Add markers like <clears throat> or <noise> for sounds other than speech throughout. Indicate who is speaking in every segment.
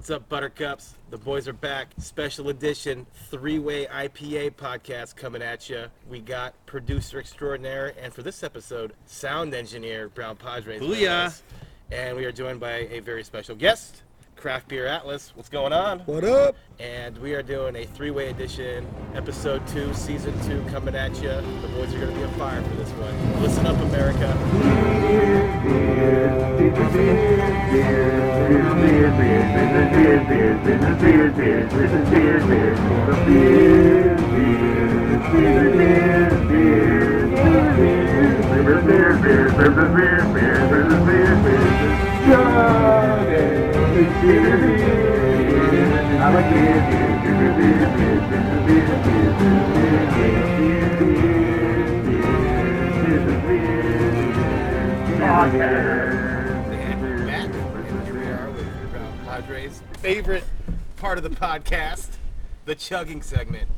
Speaker 1: What's up, Buttercups? The boys are back. Special edition three way IPA podcast coming at you. We got producer extraordinaire, and for this episode, sound engineer Brown Padres. with
Speaker 2: Booyah.
Speaker 1: us. And we are joined by a very special guest, Craft Beer Atlas. What's going on?
Speaker 3: What up?
Speaker 1: And we are doing a three way edition, episode two, season two, coming at you. The boys are going to be on fire for this one. Listen up, America. back. And here we are with Brown Padres' favorite part of the podcast, the chugging segment.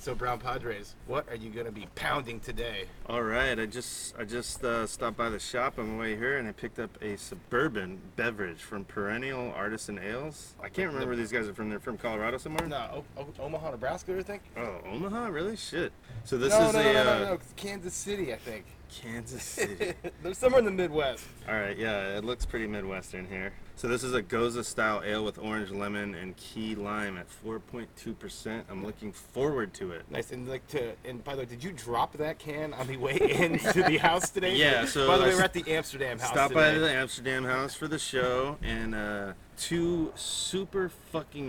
Speaker 1: So, Brown Padres, what are you going to be pounding today?
Speaker 2: All right, I just I just uh, stopped by the shop on the way here, and I picked up a suburban beverage from Perennial Artisan Ales. I can't remember where these guys are from. They're from Colorado somewhere.
Speaker 1: No, o- O- Omaha, Nebraska, I think.
Speaker 2: Oh, Omaha, really? Shit. So this
Speaker 1: no,
Speaker 2: is
Speaker 1: no,
Speaker 2: a
Speaker 1: no, no,
Speaker 2: uh,
Speaker 1: no, no, it's Kansas City, I think. <laughs>
Speaker 2: Kansas City.
Speaker 1: They're somewhere in the Midwest.
Speaker 2: All right, yeah, it looks pretty Midwestern here. So this is a Goza style ale with orange lemon and key lime at 4.2%. I'm looking forward to it.
Speaker 1: Nice and like to and by the way, did you drop that can on the way <laughs> into the house today?
Speaker 2: Yeah, so
Speaker 1: by the way,
Speaker 2: I
Speaker 1: we're at the Amsterdam house.
Speaker 2: Stop by
Speaker 1: today.
Speaker 2: the Amsterdam house for the show, and uh, two super fucking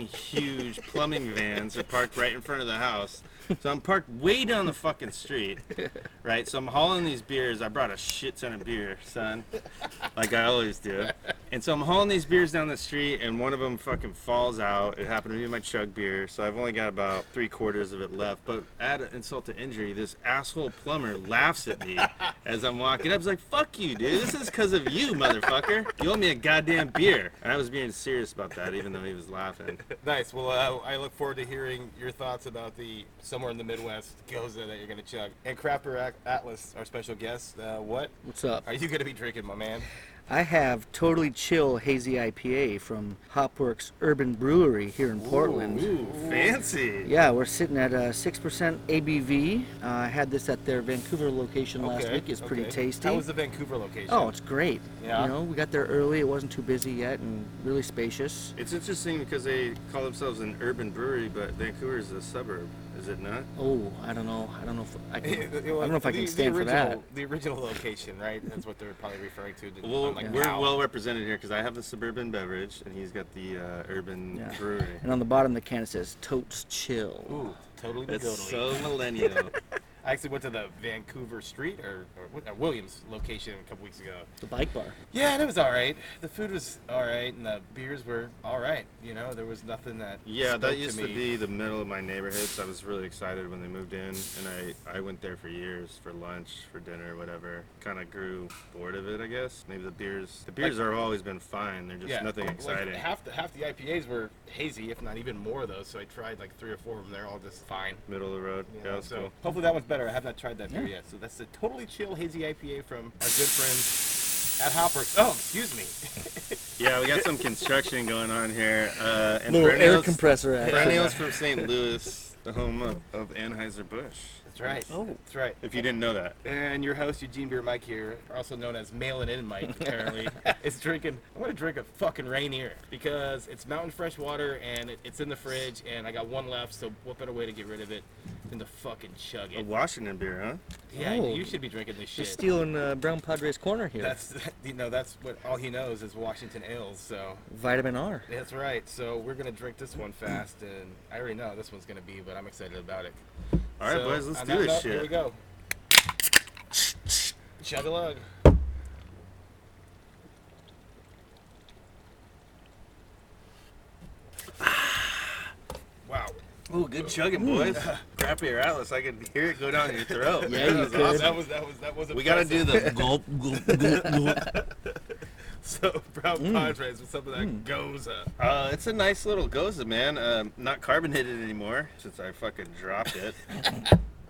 Speaker 1: <laughs>
Speaker 2: huge plumbing vans are parked right in front of the house. So I'm parked way down the fucking street, right? So I'm hauling these beers. I brought a shit ton of beer, son, like I always do. And so I'm hauling these beers down the street, and one of them fucking falls out. It happened to be my chug beer, so I've only got about three quarters of it left. But add insult to injury, this asshole plumber laughs at me as I'm walking up. He's like, "Fuck you, dude. This is because of you, motherfucker. You owe me a goddamn beer." And I was being serious about that, even though he was laughing.
Speaker 1: Nice. Well, uh, I look forward to hearing your thoughts about the somewhere in the Midwest goza that you're gonna chug. And Crapper At- Atlas, our special guest. Uh, what
Speaker 3: What's up?
Speaker 1: are you gonna be drinking, my man?
Speaker 3: I have Totally Chill Hazy IPA from Hopworks Urban Brewery here in Portland.
Speaker 2: Ooh, fancy.
Speaker 3: Yeah, we're sitting at uh, 6% ABV. Uh, I had this at their Vancouver location last week. It's pretty
Speaker 1: okay.
Speaker 3: tasty.
Speaker 1: How was the Vancouver location?
Speaker 3: oh, it's great.
Speaker 1: Yeah?
Speaker 3: You know, we got there early. It wasn't too busy yet and really spacious.
Speaker 2: It's interesting because they call themselves an urban brewery, but Vancouver is a suburb, is it not?
Speaker 3: Oh, I don't know. I don't know if I can,
Speaker 1: <laughs> It- it
Speaker 3: I don't know if
Speaker 1: <laughs>
Speaker 3: I
Speaker 1: the-
Speaker 3: can
Speaker 1: the
Speaker 3: stand for that.
Speaker 1: original- The original location, right? That's what they're probably referring to. to-
Speaker 2: Well,
Speaker 1: I'm like,
Speaker 2: we're
Speaker 1: wow.
Speaker 2: well represented here because I have the suburban beverage, and he's got the uh, urban
Speaker 3: Yeah.
Speaker 2: brewery.
Speaker 3: And on the bottom of the can it says Totes Chill.
Speaker 1: Ooh, <laughs> totally.
Speaker 2: That's
Speaker 1: totally.
Speaker 2: so millennial.
Speaker 1: I actually went to the Vancouver Street or, or what- uh, Williams location a couple weeks ago.
Speaker 3: The bike bar.
Speaker 1: Yeah, and it was all right. The food was all right, and the beers were all right. You know, there was nothing that
Speaker 2: Yeah,
Speaker 1: spoke
Speaker 2: that used
Speaker 1: to,
Speaker 2: to
Speaker 1: me.
Speaker 2: be the middle of my neighborhood, so I was really excited when they moved in, and I, I went there for years for lunch, for dinner, whatever. Kind of grew bored of it, I guess. Maybe the beers, the beers have always been fine. They're just nothing
Speaker 1: like,
Speaker 2: exciting.
Speaker 1: half the half the IPAs were hazy, if not even more of those. So I tried like three or four of them. They're all just fine.
Speaker 2: middle of the road.
Speaker 1: you
Speaker 2: Yeah,
Speaker 1: know,
Speaker 2: that's
Speaker 1: so
Speaker 2: cool.
Speaker 1: hopefully that one's better. I have not tried that beer
Speaker 3: Yeah.
Speaker 1: yet. So that's a totally chill hazy IPA from our good friends at Hopworks. Oh, excuse me. <laughs>
Speaker 2: Yeah, we got some construction going on here. Uh, and
Speaker 3: Little air
Speaker 2: perennials-
Speaker 3: compressor action.
Speaker 2: Perennials from St. Louis, the home of, of Anheuser Busch.
Speaker 1: That's right.
Speaker 3: Oh.
Speaker 1: that's right.
Speaker 2: If you didn't know that.
Speaker 1: And your host Eugene Beer Mike here, also known as Mailin' In Mike, apparently, is drinking. I'm gonna drink a fucking Rainier because it's mountain fresh water and it, it's in the fridge, and I got one left. So what better way to get rid of it than to fucking chug
Speaker 2: A
Speaker 1: it?
Speaker 2: Washington beer, huh?
Speaker 1: Yeah,
Speaker 3: Oh.
Speaker 1: you should be drinking this shit.
Speaker 3: Just stealing uh, Brown Padres corner here.
Speaker 1: That's <laughs> you know that's what all he knows is Washington ales. So
Speaker 3: Vitamin R.
Speaker 1: that's right. So we're gonna drink this one fast, and I already know this one's gonna be, but I'm excited about it.
Speaker 2: All right,
Speaker 1: So,
Speaker 2: boys, let's
Speaker 1: on
Speaker 2: do
Speaker 1: that
Speaker 2: this
Speaker 1: note,
Speaker 2: shit.
Speaker 1: Here we go. Chug a lug. Wow.
Speaker 2: Ooh, good chugging, boys.
Speaker 1: <laughs>
Speaker 2: Crappy or Atlas, I could hear it go down your throat.
Speaker 3: Yeah,
Speaker 2: That
Speaker 3: you
Speaker 2: was
Speaker 3: could.
Speaker 2: awesome.
Speaker 1: That was that was that was.
Speaker 2: We gotta do <laughs> the gulp, gulp, gulp, gulp.
Speaker 1: <laughs> so brown
Speaker 2: Mm.
Speaker 1: Padres with some of that goza.
Speaker 2: Uh, it's a nice little goza, man. Um, not carbonated anymore since I fucking dropped it.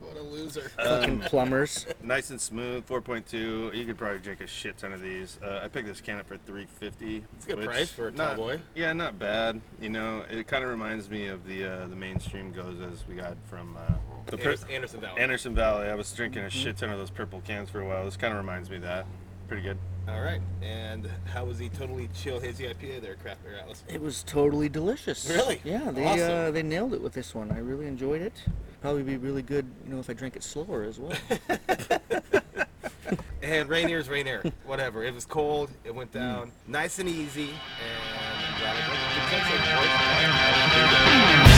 Speaker 1: What a loser. <laughs>
Speaker 3: Fucking plumbers.
Speaker 2: Nice and smooth, 4.2. You could probably drink a shit ton of these. Uh, I picked this can up for 350.
Speaker 1: It's a good
Speaker 2: which-
Speaker 1: price for a
Speaker 2: not-
Speaker 1: cowboy.
Speaker 2: Yeah, not bad. You know, it kind of reminds me of the uh, the mainstream gozas we got from uh, the pur-
Speaker 1: Anderson, Anderson Valley.
Speaker 2: Anderson Valley. I was drinking a shit ton of those purple cans for a while. This kind of reminds me of that. Pretty good.
Speaker 1: All right. And how was the totally chill E hazy IPA there, Craft Beer Atlas?
Speaker 3: It was totally delicious.
Speaker 1: Really?
Speaker 3: Yeah, they
Speaker 1: Awesome.
Speaker 3: uh, they nailed it with this one. I really enjoyed it. Probably be really good, you know, if I drank it slower as
Speaker 1: <laughs>
Speaker 3: well.
Speaker 1: And Rainier's Rainier. Whatever. It was cold. It went down nice Mm. and uh, easy. And I'm glad I drank it.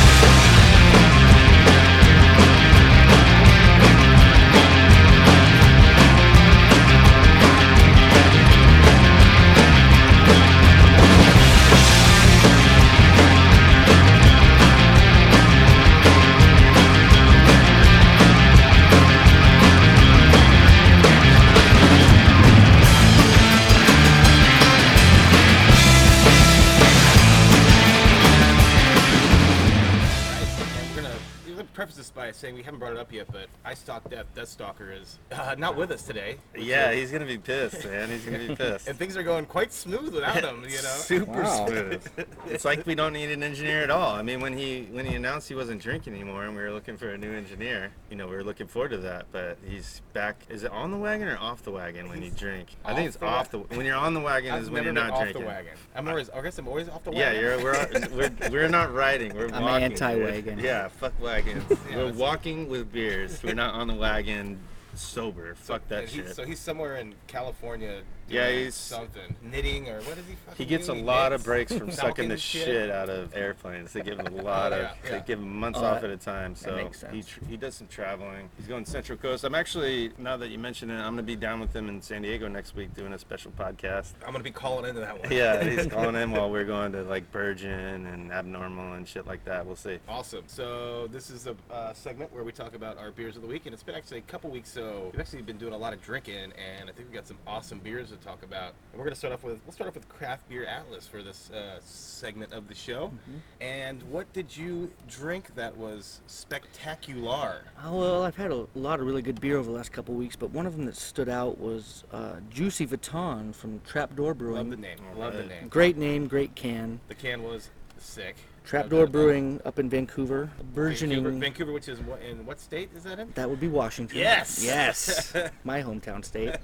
Speaker 1: Right, and we're gonna we're gonna preface this by saying we haven't brought it up yet, but I Stalk Death Death Stalker is uh, not with us today. which
Speaker 2: Yeah,
Speaker 1: is-
Speaker 2: he's gonna be pissed, man. He's gonna
Speaker 1: <laughs>
Speaker 2: be pissed.
Speaker 1: and things are going quite smooth without him. You
Speaker 2: <laughs>
Speaker 1: know,
Speaker 2: Super
Speaker 3: Wow.
Speaker 2: smooth. It's like we don't need an engineer at all. I mean, when he when he announced he wasn't drinking anymore and we were looking for a new engineer, you know, we were looking forward to that. But he's back. Is it on the wagon or off the wagon when you drink? I think
Speaker 1: Off
Speaker 2: it's
Speaker 1: the
Speaker 2: off the. When you're on the wagon
Speaker 1: I've
Speaker 2: is when you're
Speaker 1: never been
Speaker 2: not
Speaker 1: off
Speaker 2: drinking.
Speaker 1: the wagon. I'm always, I guess I'm always off the
Speaker 2: Yeah,
Speaker 1: wagon.
Speaker 2: you're, we're, we're, we're not riding. We're
Speaker 3: I'm
Speaker 2: walking.
Speaker 3: anti-wagon.
Speaker 2: dude. Yeah, fuck
Speaker 1: <laughs>
Speaker 2: wagons. we're
Speaker 1: that's-
Speaker 2: walking with beers. We're not on the wagon sober. Fuck that
Speaker 1: And he-
Speaker 2: shit.
Speaker 1: So he's somewhere in California.
Speaker 2: Yeah,
Speaker 1: doing
Speaker 2: he's-
Speaker 1: something knitting or what is he? Fucking
Speaker 2: He gets a
Speaker 1: doing? He
Speaker 2: lot of
Speaker 1: knits. <laughs>
Speaker 2: breaks from sucking
Speaker 1: Falcon
Speaker 2: the
Speaker 1: shit. Oh,
Speaker 2: shit. out of airplanes. They give him a lot of,
Speaker 1: Yeah, yeah.
Speaker 2: they give him months
Speaker 3: Oh,
Speaker 2: off
Speaker 3: that-
Speaker 2: at a time. So
Speaker 3: makes
Speaker 2: he
Speaker 3: sense.
Speaker 2: tr- he does some traveling. He's going Central Coast. I'm actually now that you mention it, I'm gonna be down with him in San Diego next week doing a special podcast.
Speaker 1: I'm gonna be calling into that one.
Speaker 2: Yeah,
Speaker 1: <laughs>
Speaker 2: he's calling in while we're going to like Virgin and Abnormal and shit like that. We'll see.
Speaker 1: Awesome. So this is a uh, segment where we talk about our beers of the week, and it's been actually a couple weeks. So we've actually been doing a lot of drinking, and I think we got some awesome beers to talk about. And we're gonna start off with we'll start off with Craft Beer Atlas for this uh, segment of the show.
Speaker 3: Mm-hmm.
Speaker 1: And what did you drink that was spectacular?
Speaker 3: Oh, well, I've had a lot of really good beer over the last couple of weeks, but one of them that stood out was uh, Juicy Vuitton from Trapdoor
Speaker 1: Love
Speaker 3: Brewing.
Speaker 1: the name. Love the
Speaker 2: Alright.
Speaker 1: name.
Speaker 3: Great name, great can.
Speaker 1: The can was sick.
Speaker 3: Trapdoor
Speaker 1: Vancouver-
Speaker 3: Brewing up in Vancouver, burgeoning.
Speaker 1: Vancouver, Vancouver, which is what, in what state is that in?
Speaker 3: That would be Washington.
Speaker 1: Yes! <laughs>
Speaker 3: Yes. My hometown state.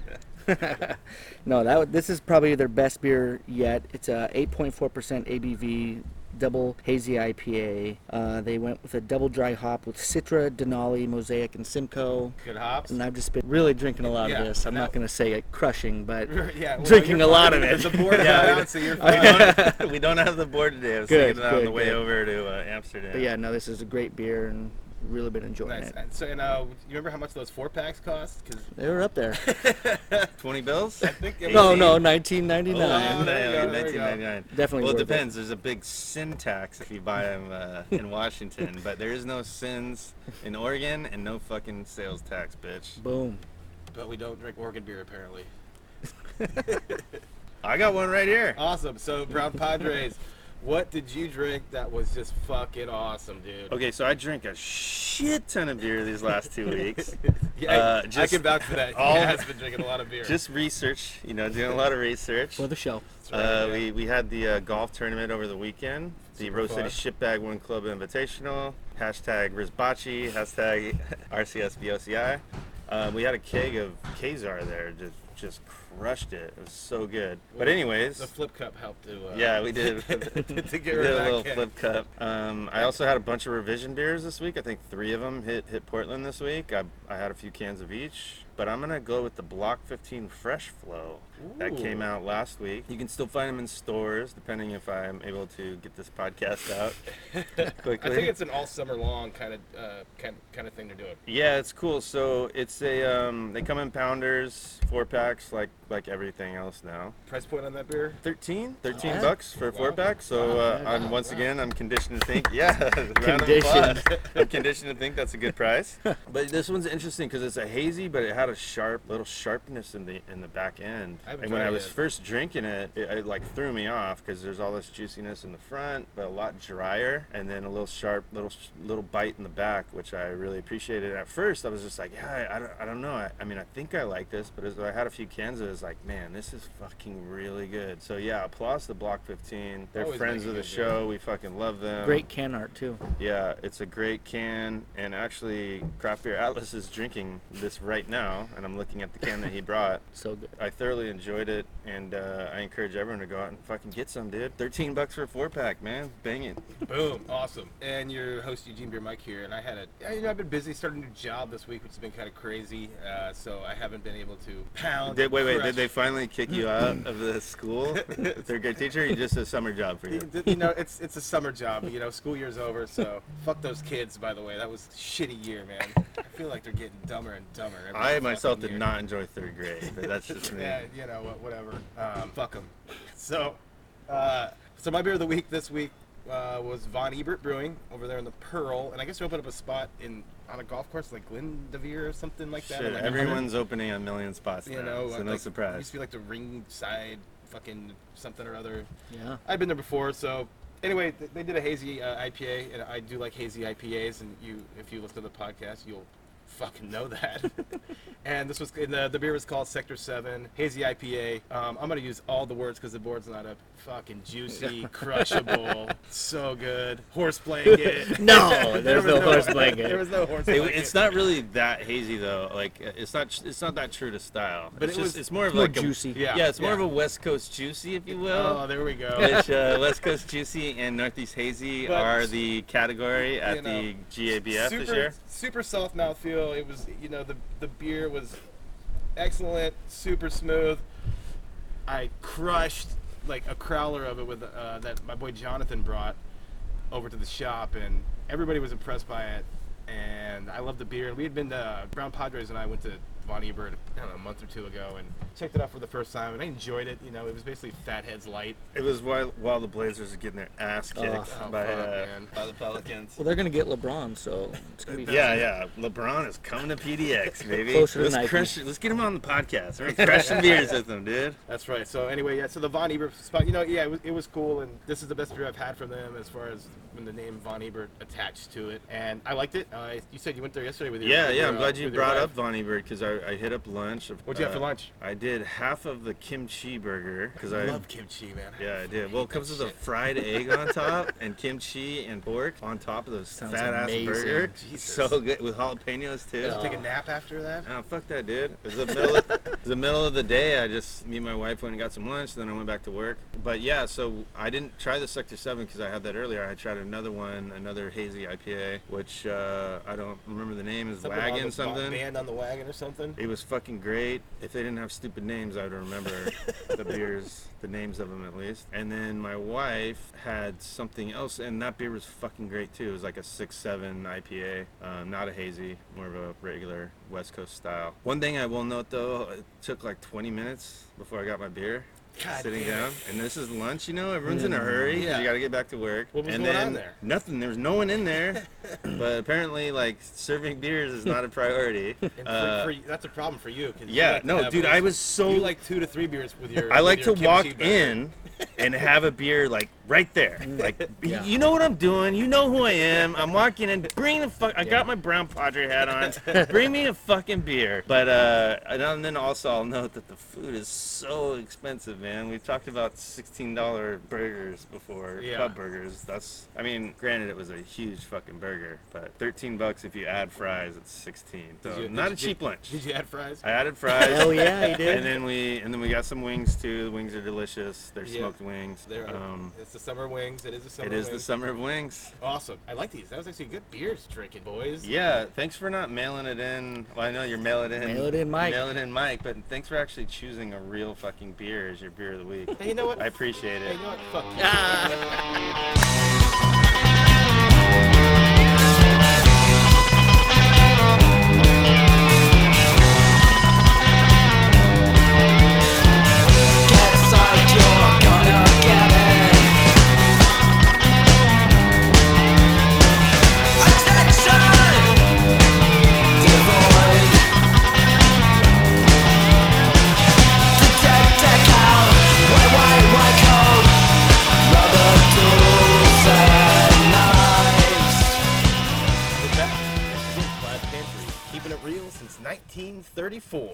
Speaker 3: <laughs> no, that would- this is probably their best beer yet. It's a 8.4% ABV double hazy IPA. Uh, they went with a double dry hop with Citra, Denali, Mosaic, and Simcoe.
Speaker 1: Good hops.
Speaker 3: And I've just been really drinking a lot
Speaker 1: Yeah,
Speaker 3: of this. I'm
Speaker 1: that-
Speaker 3: not going to say it crushing, but
Speaker 1: <laughs> Yeah, well,
Speaker 3: drinking
Speaker 1: you're
Speaker 3: a lot of
Speaker 1: fine.
Speaker 3: it.
Speaker 1: The
Speaker 2: <laughs>
Speaker 1: board is
Speaker 2: Yeah,
Speaker 1: not
Speaker 2: we-
Speaker 1: out, so you're
Speaker 2: We
Speaker 1: fine.
Speaker 2: don't, <laughs> we don't have the board today. I was
Speaker 3: Good,
Speaker 2: thinking that on
Speaker 3: good,
Speaker 2: the way
Speaker 3: good.
Speaker 2: over to uh, Amsterdam.
Speaker 3: But yeah, no, this is a great beer and really been enjoying
Speaker 1: Nice.
Speaker 3: it.
Speaker 1: And so, and uh, you remember how much those four packs cost? Because
Speaker 3: They were
Speaker 1: <laughs>
Speaker 3: up there.
Speaker 2: 20
Speaker 3: <laughs>
Speaker 2: bills?
Speaker 1: I think it
Speaker 3: no,
Speaker 1: was-
Speaker 3: no,
Speaker 2: Oh,
Speaker 3: 1999.
Speaker 1: Wow. there you go, there you go.
Speaker 2: 1999.
Speaker 3: Definitely
Speaker 2: Well, it
Speaker 3: worth it.
Speaker 2: depends. There's a big sin tax if you buy them uh, in Washington, but there is no sins in Oregon and no fucking sales tax, bitch.
Speaker 3: Boom.
Speaker 1: But we don't drink Oregon beer apparently.
Speaker 2: I got one right here.
Speaker 1: Awesome. So Brown Padres, what did you drink that was just fucking awesome, dude?
Speaker 2: Okay, so I drank a shit ton of beer these last two weeks.
Speaker 1: Yeah, I-
Speaker 2: uh,
Speaker 1: I
Speaker 2: just-
Speaker 1: can vouch for that.
Speaker 2: <laughs> all-
Speaker 1: All has been drinking a lot of beer.
Speaker 2: Just research, you know, doing a lot of research.
Speaker 3: For the show.
Speaker 1: That's right,
Speaker 2: Uh,
Speaker 1: yeah.
Speaker 2: we, we had the uh, golf tournament over the weekend, the
Speaker 1: Super
Speaker 2: Rose
Speaker 1: fun.
Speaker 2: City Shipbag One Club Invitational, hashtag Rizbachi, hashtag <laughs> RCSBOCI. Um, we had a keg of Kazar there, just just crushed it. It was so good. But anyways,
Speaker 1: the flip cup helped to. Uh,
Speaker 2: yeah, <laughs> we did.
Speaker 1: <laughs> to
Speaker 2: We
Speaker 1: get
Speaker 2: did
Speaker 1: rid
Speaker 2: a
Speaker 1: of that
Speaker 2: little
Speaker 1: can.
Speaker 2: flip cup. Um, I also had a bunch of revision beers this week. I think three of them hit hit Portland this week. I, I had a few cans of each, but I'm gonna go with the Block 15 Fresh Flow that came
Speaker 1: Ooh.
Speaker 2: out last week. You can still find them in stores, depending if I'm able to get this podcast out
Speaker 1: I <laughs>
Speaker 2: quickly.
Speaker 1: think it's an all summer long kind of uh, kind kind of thing they're doing.
Speaker 2: Yeah, it's cool. So it's a um, they come in pounders, four packs, like like everything else now.
Speaker 1: Price point on that beer?
Speaker 2: 13 13
Speaker 3: Alright.
Speaker 2: bucks for a four pack so uh, i'm once again i'm conditioned to think yeah <laughs> round of
Speaker 3: Conditioned.
Speaker 2: applause. <laughs> i'm conditioned to think that's a good price <laughs> but this one's interesting because it's a hazy but it had a sharp little sharpness in the in the back end
Speaker 1: I haven't
Speaker 2: And when I
Speaker 1: tried
Speaker 2: was
Speaker 1: it.
Speaker 2: first drinking it, it, it like threw me off because there's all this juiciness in the front, but a lot drier, and then a little sharp, little little bite in the back, which I really appreciated. At first, I was just like, yeah, I, I, don't, I don't know. I, I mean, I think I like this, but as I had a few cans, of it, I was like, man, this is fucking really good. So yeah, applause to Block 15. They're
Speaker 1: Always
Speaker 2: friends
Speaker 1: making
Speaker 2: of the
Speaker 1: good beer.
Speaker 2: show. We fucking love
Speaker 1: Oh.
Speaker 2: them.
Speaker 3: Great can art too.
Speaker 2: Yeah, it's a great can, and actually, Craft Beer Atlas is drinking this right now, and I'm looking at the
Speaker 1: <laughs>
Speaker 2: can that he brought.
Speaker 3: So good.
Speaker 2: I thoroughly enjoyed it, and uh, I encourage everyone to go out and fucking get some, dude. Thirteen bucks for a four pack, man. Bang it.
Speaker 1: Boom, awesome. And your host Eugene Beer Mike here, and I had a, you know, I've been busy starting a new job this week, which has been kind of crazy. Uh, so I haven't been able to pound.
Speaker 2: Did, wait, wait.
Speaker 1: crush-
Speaker 2: Did they finally kick
Speaker 1: <laughs>
Speaker 2: you out of the <laughs> school? They're good teacher. Or just a summer job for you.
Speaker 1: <laughs> You know, it's it's a summer job. You know, school year's over, so fuck those kids. By the way, that was a shitty year, man. I feel like they're getting dumber and dumber. every
Speaker 2: I myself
Speaker 1: fucking
Speaker 2: did
Speaker 1: year.
Speaker 2: not enjoy third grade, but
Speaker 1: <laughs>
Speaker 2: that's just me.
Speaker 1: Yeah, you know, wha- whatever. Um, fuck them. So, uh, so my beer of the week this week uh, was Von Ebert Brewing over there in the Pearl, and I guess they opened up a spot in on a golf course like Glendevere or something like that.
Speaker 2: Shit,
Speaker 1: like
Speaker 2: everyone's opening a million spots now,
Speaker 1: you know,
Speaker 2: so
Speaker 1: I'm
Speaker 2: no
Speaker 1: like, Used
Speaker 2: surprise.
Speaker 1: to be like the ringside fucking something or other.
Speaker 3: Yeah.
Speaker 1: I've been there before, so anyway, th- they did a hazy uh, IPA, and I do like hazy IPAs, and you, if you listen to the podcast, you'll fucking know that. <laughs> and this was, and the, the beer was called Sector Seven Hazy IPA. Um, I'm gonna use all the words because the board's not up. Fucking juicy, crushable, so good. Horse
Speaker 3: <laughs>
Speaker 1: blanket.
Speaker 3: No,
Speaker 1: There
Speaker 3: there's
Speaker 1: was
Speaker 3: no horse
Speaker 1: There
Speaker 3: blanket.
Speaker 1: was no horse
Speaker 2: It- <laughs>
Speaker 1: blanket.
Speaker 2: it's not really that hazy though. Like uh, it's not it's not that true to style.
Speaker 1: But
Speaker 2: it's
Speaker 1: it
Speaker 2: just,
Speaker 1: was-
Speaker 2: it's more of
Speaker 3: More
Speaker 2: like a-
Speaker 3: juicy.
Speaker 1: Yeah.
Speaker 2: yeah, it's more of a West Coast juicy, if you will.
Speaker 1: Oh, there we go.
Speaker 2: <laughs> which uh, West Coast Juicy and Northeast Hazy
Speaker 1: But-
Speaker 2: are the category at
Speaker 1: You know,
Speaker 2: the GABF
Speaker 1: super,
Speaker 2: this year.
Speaker 1: Super soft mouthfeel. It was, you know, the the beer was excellent, super smooth. I crushed like a crowler of it with uh, that my boy Jonathan brought over to the shop, and everybody was impressed by it. And I loved the beer. And we had been to uh, Brown Padres, and I went to Von Ebert I don't know, a month or two ago, and checked it out for the first time, and I enjoyed it. You know, it was basically Fathead's
Speaker 2: <laughs>
Speaker 1: light.
Speaker 2: It was while while the Blazers were getting their ass kicked
Speaker 3: Oh,
Speaker 2: by,
Speaker 1: fuck,
Speaker 2: uh,
Speaker 1: man.
Speaker 2: by the Pelicans.
Speaker 3: Well, they're gonna get LeBron, so it's gonna be fun.
Speaker 2: Yeah, yeah. LeBron is coming to <laughs> PDX, baby.
Speaker 3: Closer to
Speaker 2: let's
Speaker 3: Nike.
Speaker 2: crush it. Let's get him on the podcast. <laughs> We're crushing beers with him, dude.
Speaker 1: That's right. So anyway, yeah. So the Von Ebert spot, you know, yeah, it was, it was cool, and this is the best beer I've had from them as far as when the name Von Ebert attached to it, and I liked it. Uh, you said you went there yesterday with your
Speaker 2: Yeah,
Speaker 1: with
Speaker 2: yeah.
Speaker 1: your,
Speaker 2: I'm
Speaker 1: uh,
Speaker 2: glad you
Speaker 1: with your
Speaker 2: brought
Speaker 1: wife.
Speaker 2: up Bonnie Bird because I, I hit up lunch. of-
Speaker 1: What'd you have for
Speaker 2: uh,
Speaker 1: lunch?
Speaker 2: I did half of the kimchi burger because
Speaker 1: I
Speaker 2: I
Speaker 1: love kimchi, man.
Speaker 2: Yeah, I did. Well, it comes with a fried egg
Speaker 1: <laughs>
Speaker 2: on top and kimchi and pork on top of this
Speaker 3: Sounds
Speaker 2: fat ass
Speaker 3: amazing.
Speaker 2: burger.
Speaker 1: Jesus.
Speaker 2: So good with jalapenos too.
Speaker 1: Did you
Speaker 2: Oh.
Speaker 1: take a nap after that?
Speaker 2: fuck that, dude. It was the middle. Of, it was the middle of the day. I just me and my wife went and got some lunch. Then I went back to work. But yeah, so I didn't try the Sector Seven because I had that earlier. I tried another one, another hazy IPA, which uh, I don't remember the name. Is
Speaker 1: Something on
Speaker 2: Wagon
Speaker 1: the-
Speaker 2: something?
Speaker 1: Band on the wagon or something.
Speaker 2: It was fucking great. If they didn't have stupid names, I would remember
Speaker 1: <laughs>
Speaker 2: the beers, the names of them at least. And then my wife had something else, and that beer was fucking great too. It was like a six seven IPA, um, not a hazy, more of a regular West Coast style. One thing I will note though, it took like 20 minutes before I got my beer.
Speaker 1: God
Speaker 2: sitting
Speaker 1: damn it.
Speaker 2: down, and this is lunch. You know, everyone's in a hurry. 'cause
Speaker 1: Yeah.
Speaker 2: You got to get back to work.
Speaker 1: What was
Speaker 2: and
Speaker 1: going on
Speaker 2: then
Speaker 1: there?
Speaker 2: Nothing. There was no one
Speaker 1: <laughs>
Speaker 2: in there. but apparently, like serving beers is not a priority.
Speaker 1: <laughs> And for,
Speaker 2: Uh,
Speaker 1: for- that's a problem for you. 'cause you
Speaker 2: yeah,
Speaker 1: like to
Speaker 2: no,
Speaker 1: have
Speaker 2: dude,
Speaker 1: at
Speaker 2: I
Speaker 1: least-
Speaker 2: was so.
Speaker 1: You like two to three beers with your.
Speaker 2: I
Speaker 1: with
Speaker 2: like
Speaker 1: your
Speaker 2: to
Speaker 1: kimchi
Speaker 2: walk
Speaker 1: burger.
Speaker 2: in and have a beer like right there.
Speaker 1: Mm. <laughs>
Speaker 2: Like,
Speaker 3: Yeah.
Speaker 2: you know what I'm doing. You know who I am. I'm walking in. Bring the fuck. I got my brown Padre hat
Speaker 1: <laughs>
Speaker 2: on. Bring me a fucking beer. But uh, and then also I'll note that the food is so expensive, man. We've talked about sixteen dollar burgers before.
Speaker 1: Yeah.
Speaker 2: Pub burgers. That's. I mean, granted, it was a huge fucking burger, but thirteen bucks if you add fries, it's sixteen. So
Speaker 1: you-
Speaker 2: not
Speaker 1: did
Speaker 2: a
Speaker 1: you-
Speaker 2: cheap lunch.
Speaker 1: Did you add fries?
Speaker 2: I added fries.
Speaker 3: Hell yeah, he
Speaker 2: And
Speaker 3: did.
Speaker 2: then we and then we got some wings too. The wings are delicious. They're
Speaker 1: Yeah.
Speaker 2: smoked wings.
Speaker 1: There are,
Speaker 2: um,
Speaker 1: it's the summer wings. It is the summer.
Speaker 2: it is the
Speaker 1: wings.
Speaker 2: summer of wings.
Speaker 1: Awesome. I like these. That was actually good beers drinking, boys.
Speaker 2: Yeah, thanks for not mailing it in. Well, I know you're mailing it in.
Speaker 3: Mail it in, Mike.
Speaker 2: Mail it in, Mike. But thanks for actually choosing a real fucking beer as your beer of the
Speaker 1: <laughs>
Speaker 2: week.
Speaker 1: Hey, you know what?
Speaker 2: I appreciate
Speaker 1: Hey,
Speaker 2: it.
Speaker 1: you know what? Fuck you.
Speaker 4: Attention! Devoid. Detected.
Speaker 1: 1934.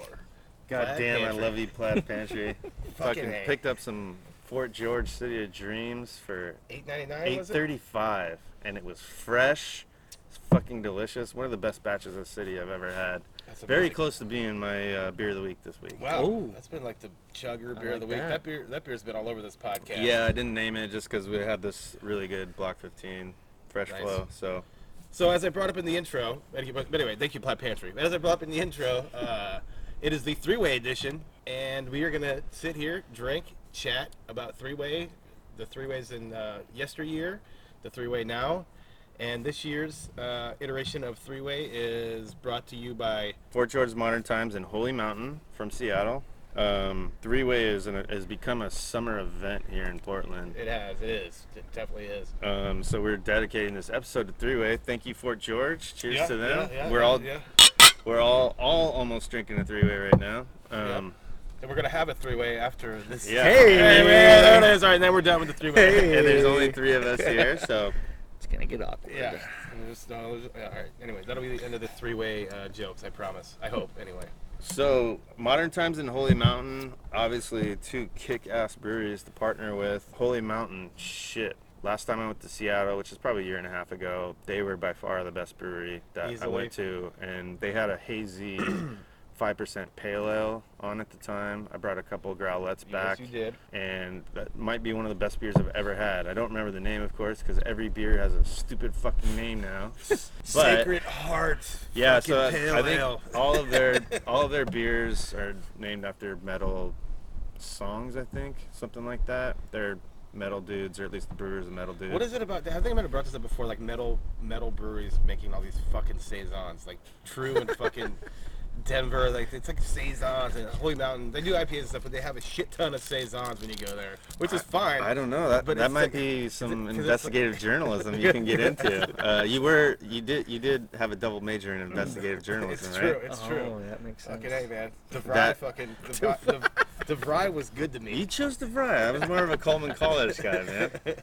Speaker 2: God
Speaker 1: Plaid
Speaker 2: damn,
Speaker 1: Pantry.
Speaker 2: I love you, Plaid Pantry.
Speaker 1: <laughs> Fucking
Speaker 2: Fucking
Speaker 1: A.
Speaker 2: picked up some Fort George City of Dreams for
Speaker 1: 899 was it?
Speaker 2: 835 and it was fresh it's fucking delicious one of the best batches of city i've ever had
Speaker 1: That's
Speaker 2: very
Speaker 1: amazing.
Speaker 2: close to being my uh, beer of the week this week
Speaker 1: Wow,
Speaker 3: Ooh.
Speaker 1: that's been like the chugger beer of
Speaker 3: like
Speaker 1: the week.
Speaker 3: that.
Speaker 1: That. beer, that beer's been all over this podcast.
Speaker 2: yeah i didn't name it just because we had this really good block 15 fresh
Speaker 1: Nice.
Speaker 2: flow so
Speaker 1: So as I brought up in the intro, and- but anyway, thank you, Plaid Pantry. As I brought up in the intro, uh, it is the three-way edition, and we are gonna sit here, drink, chat about three-way, the three ways in uh, yesteryear, the three-way now, and this year's uh, iteration of three-way is brought to you by
Speaker 2: Fort George Modern Times and Holy Mountain from Seattle. Um, Three Way is an, has become a summer event here in Portland.
Speaker 1: It Has. It is. It definitely is.
Speaker 2: Um, so we're dedicating this episode to Three Way. Thank you, Fort George. Cheers
Speaker 1: Yeah,
Speaker 2: to them.
Speaker 1: yeah, yeah,
Speaker 2: we're all
Speaker 1: yeah.
Speaker 2: we're all all almost drinking a Three Way right now. Um,
Speaker 1: And we're gonna have a three-way after this.
Speaker 2: yeah.
Speaker 3: Hey!
Speaker 1: Hey, man, there it is. All right, now we're done with the three-way.
Speaker 3: Hey.
Speaker 2: And there's only three of us here, so
Speaker 3: It's gonna get awkward.
Speaker 1: Yeah. And there's no- there's- yeah, all right. Anyway, that'll be the end of the three-way uh, jokes. I promise. I hope. Anyway.
Speaker 2: So, Modern Times and Holy Mountain, obviously two kick-ass breweries to partner with. Holy Mountain, shit. Last time I went to Seattle, which is probably a year and a half ago, they were by far the best brewery that I
Speaker 1: Easily.
Speaker 2: went to, and they had
Speaker 1: <clears throat>
Speaker 2: a hazy 5% pale ale on at the time. I brought a couple growlettes back.
Speaker 1: Yes, you did.
Speaker 2: And that might be one of the best beers I've ever had. I don't remember the name, of course, because every beer has a stupid fucking name
Speaker 1: <laughs>
Speaker 2: now. But
Speaker 1: Sacred Heart.
Speaker 2: yeah,
Speaker 1: fucking
Speaker 2: so I-
Speaker 1: pale
Speaker 2: I think
Speaker 1: ale.
Speaker 2: all
Speaker 1: <laughs>
Speaker 2: of their all of their beers are named after metal songs. I think something like that. They're metal dudes, or at least the brewers are metal dudes.
Speaker 1: What is it about that? I think I might have brought this up before. Like metal metal breweries making all these fucking saisons, like True and
Speaker 2: <laughs>
Speaker 1: fucking Denver. Like it's like saisons and Holy Mountain. They do IPAs and stuff, but they have a shit ton of saisons when you go there, which is fine.
Speaker 2: I don't know. That
Speaker 1: But
Speaker 2: that
Speaker 1: it's
Speaker 2: might
Speaker 1: like-
Speaker 2: be
Speaker 1: 'cause
Speaker 2: some
Speaker 1: it's like-
Speaker 2: investigative journalism you can
Speaker 1: <laughs>
Speaker 2: get into. Uh, you were you did you did have a double major in
Speaker 1: <laughs>
Speaker 2: investigative journalism,
Speaker 1: It's
Speaker 2: right?
Speaker 1: true. It's
Speaker 3: oh,
Speaker 1: true.
Speaker 3: that makes sense.
Speaker 1: Fucking hey, man. DeVry
Speaker 2: That-
Speaker 1: fucking
Speaker 2: <laughs>
Speaker 1: DeVry, DeVry, was good to
Speaker 2: You
Speaker 1: me.
Speaker 2: chose DeVry. I was more of a Coleman College guy,
Speaker 1: <laughs>
Speaker 2: man.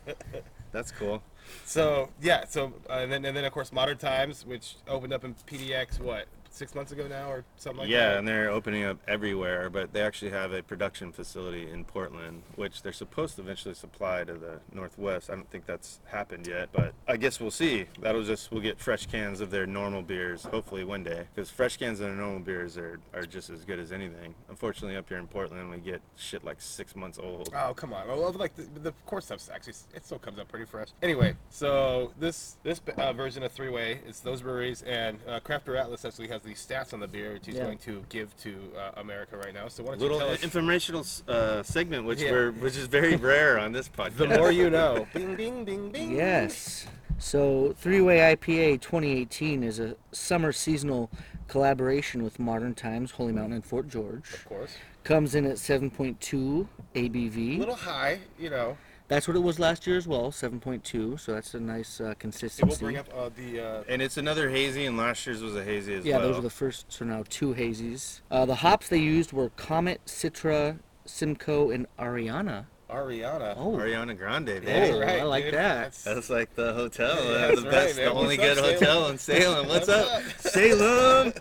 Speaker 2: That's cool.
Speaker 1: So yeah. So uh, and then and then of course Modern Times, which opened up in PDX what six months ago now or something like
Speaker 2: yeah,
Speaker 1: that.
Speaker 2: and they're opening up everywhere, but they actually have a production facility in Portland, which they're supposed to eventually supply to the Northwest. I don't think that's happened yet, but I guess we'll see. That'll just we'll get fresh cans of their normal beers, hopefully one day, because fresh cans of their normal beers are are just as good as anything. Unfortunately, up here in Portland, we get shit like six months old.
Speaker 1: Oh come on! I love like the, the core stuff's actually it still comes up pretty fresh. Anyway, so this this uh, version of three way is those breweries and uh, Craft Beer Atlas actually has the stats on the beer which he's
Speaker 3: Yeah.
Speaker 1: going to give to uh, America right now. So why don't
Speaker 2: Little
Speaker 1: you tell us?
Speaker 2: informational uh, segment, which
Speaker 1: Yeah.
Speaker 2: we're which is very rare on this podcast.
Speaker 1: the more you know. <laughs> Bing bing bing bing.
Speaker 3: Yes. So, Three Way IPA 2018 is a summer seasonal collaboration with Modern Times, Holy Mountain, and Fort George.
Speaker 1: Of course.
Speaker 3: Comes in at 7.2 ABV.
Speaker 1: A little high, you know.
Speaker 3: That's what it was last year as well, 7.2. So that's a nice uh,
Speaker 1: It
Speaker 3: consistency.
Speaker 1: will bring up uh, the uh,
Speaker 2: and it's another hazy, and last year's was a hazy as
Speaker 3: yeah,
Speaker 2: well.
Speaker 3: those were the first. So now two hazies. Uh, the hops they used were Comet, Citra, Simcoe, and Ariana.
Speaker 1: Ariana.
Speaker 3: Oh,
Speaker 2: Ariana Grande. Baby.
Speaker 1: That's
Speaker 3: Oh, I like
Speaker 1: dude.
Speaker 3: that.
Speaker 1: That's-
Speaker 2: That's like the hotel,
Speaker 1: Yeah,
Speaker 2: uh,
Speaker 1: that's
Speaker 2: the best,
Speaker 1: right, man.
Speaker 2: the only
Speaker 1: What's
Speaker 2: good
Speaker 1: up,
Speaker 2: hotel in Salem. <laughs> What's
Speaker 1: What's
Speaker 2: up, Salem?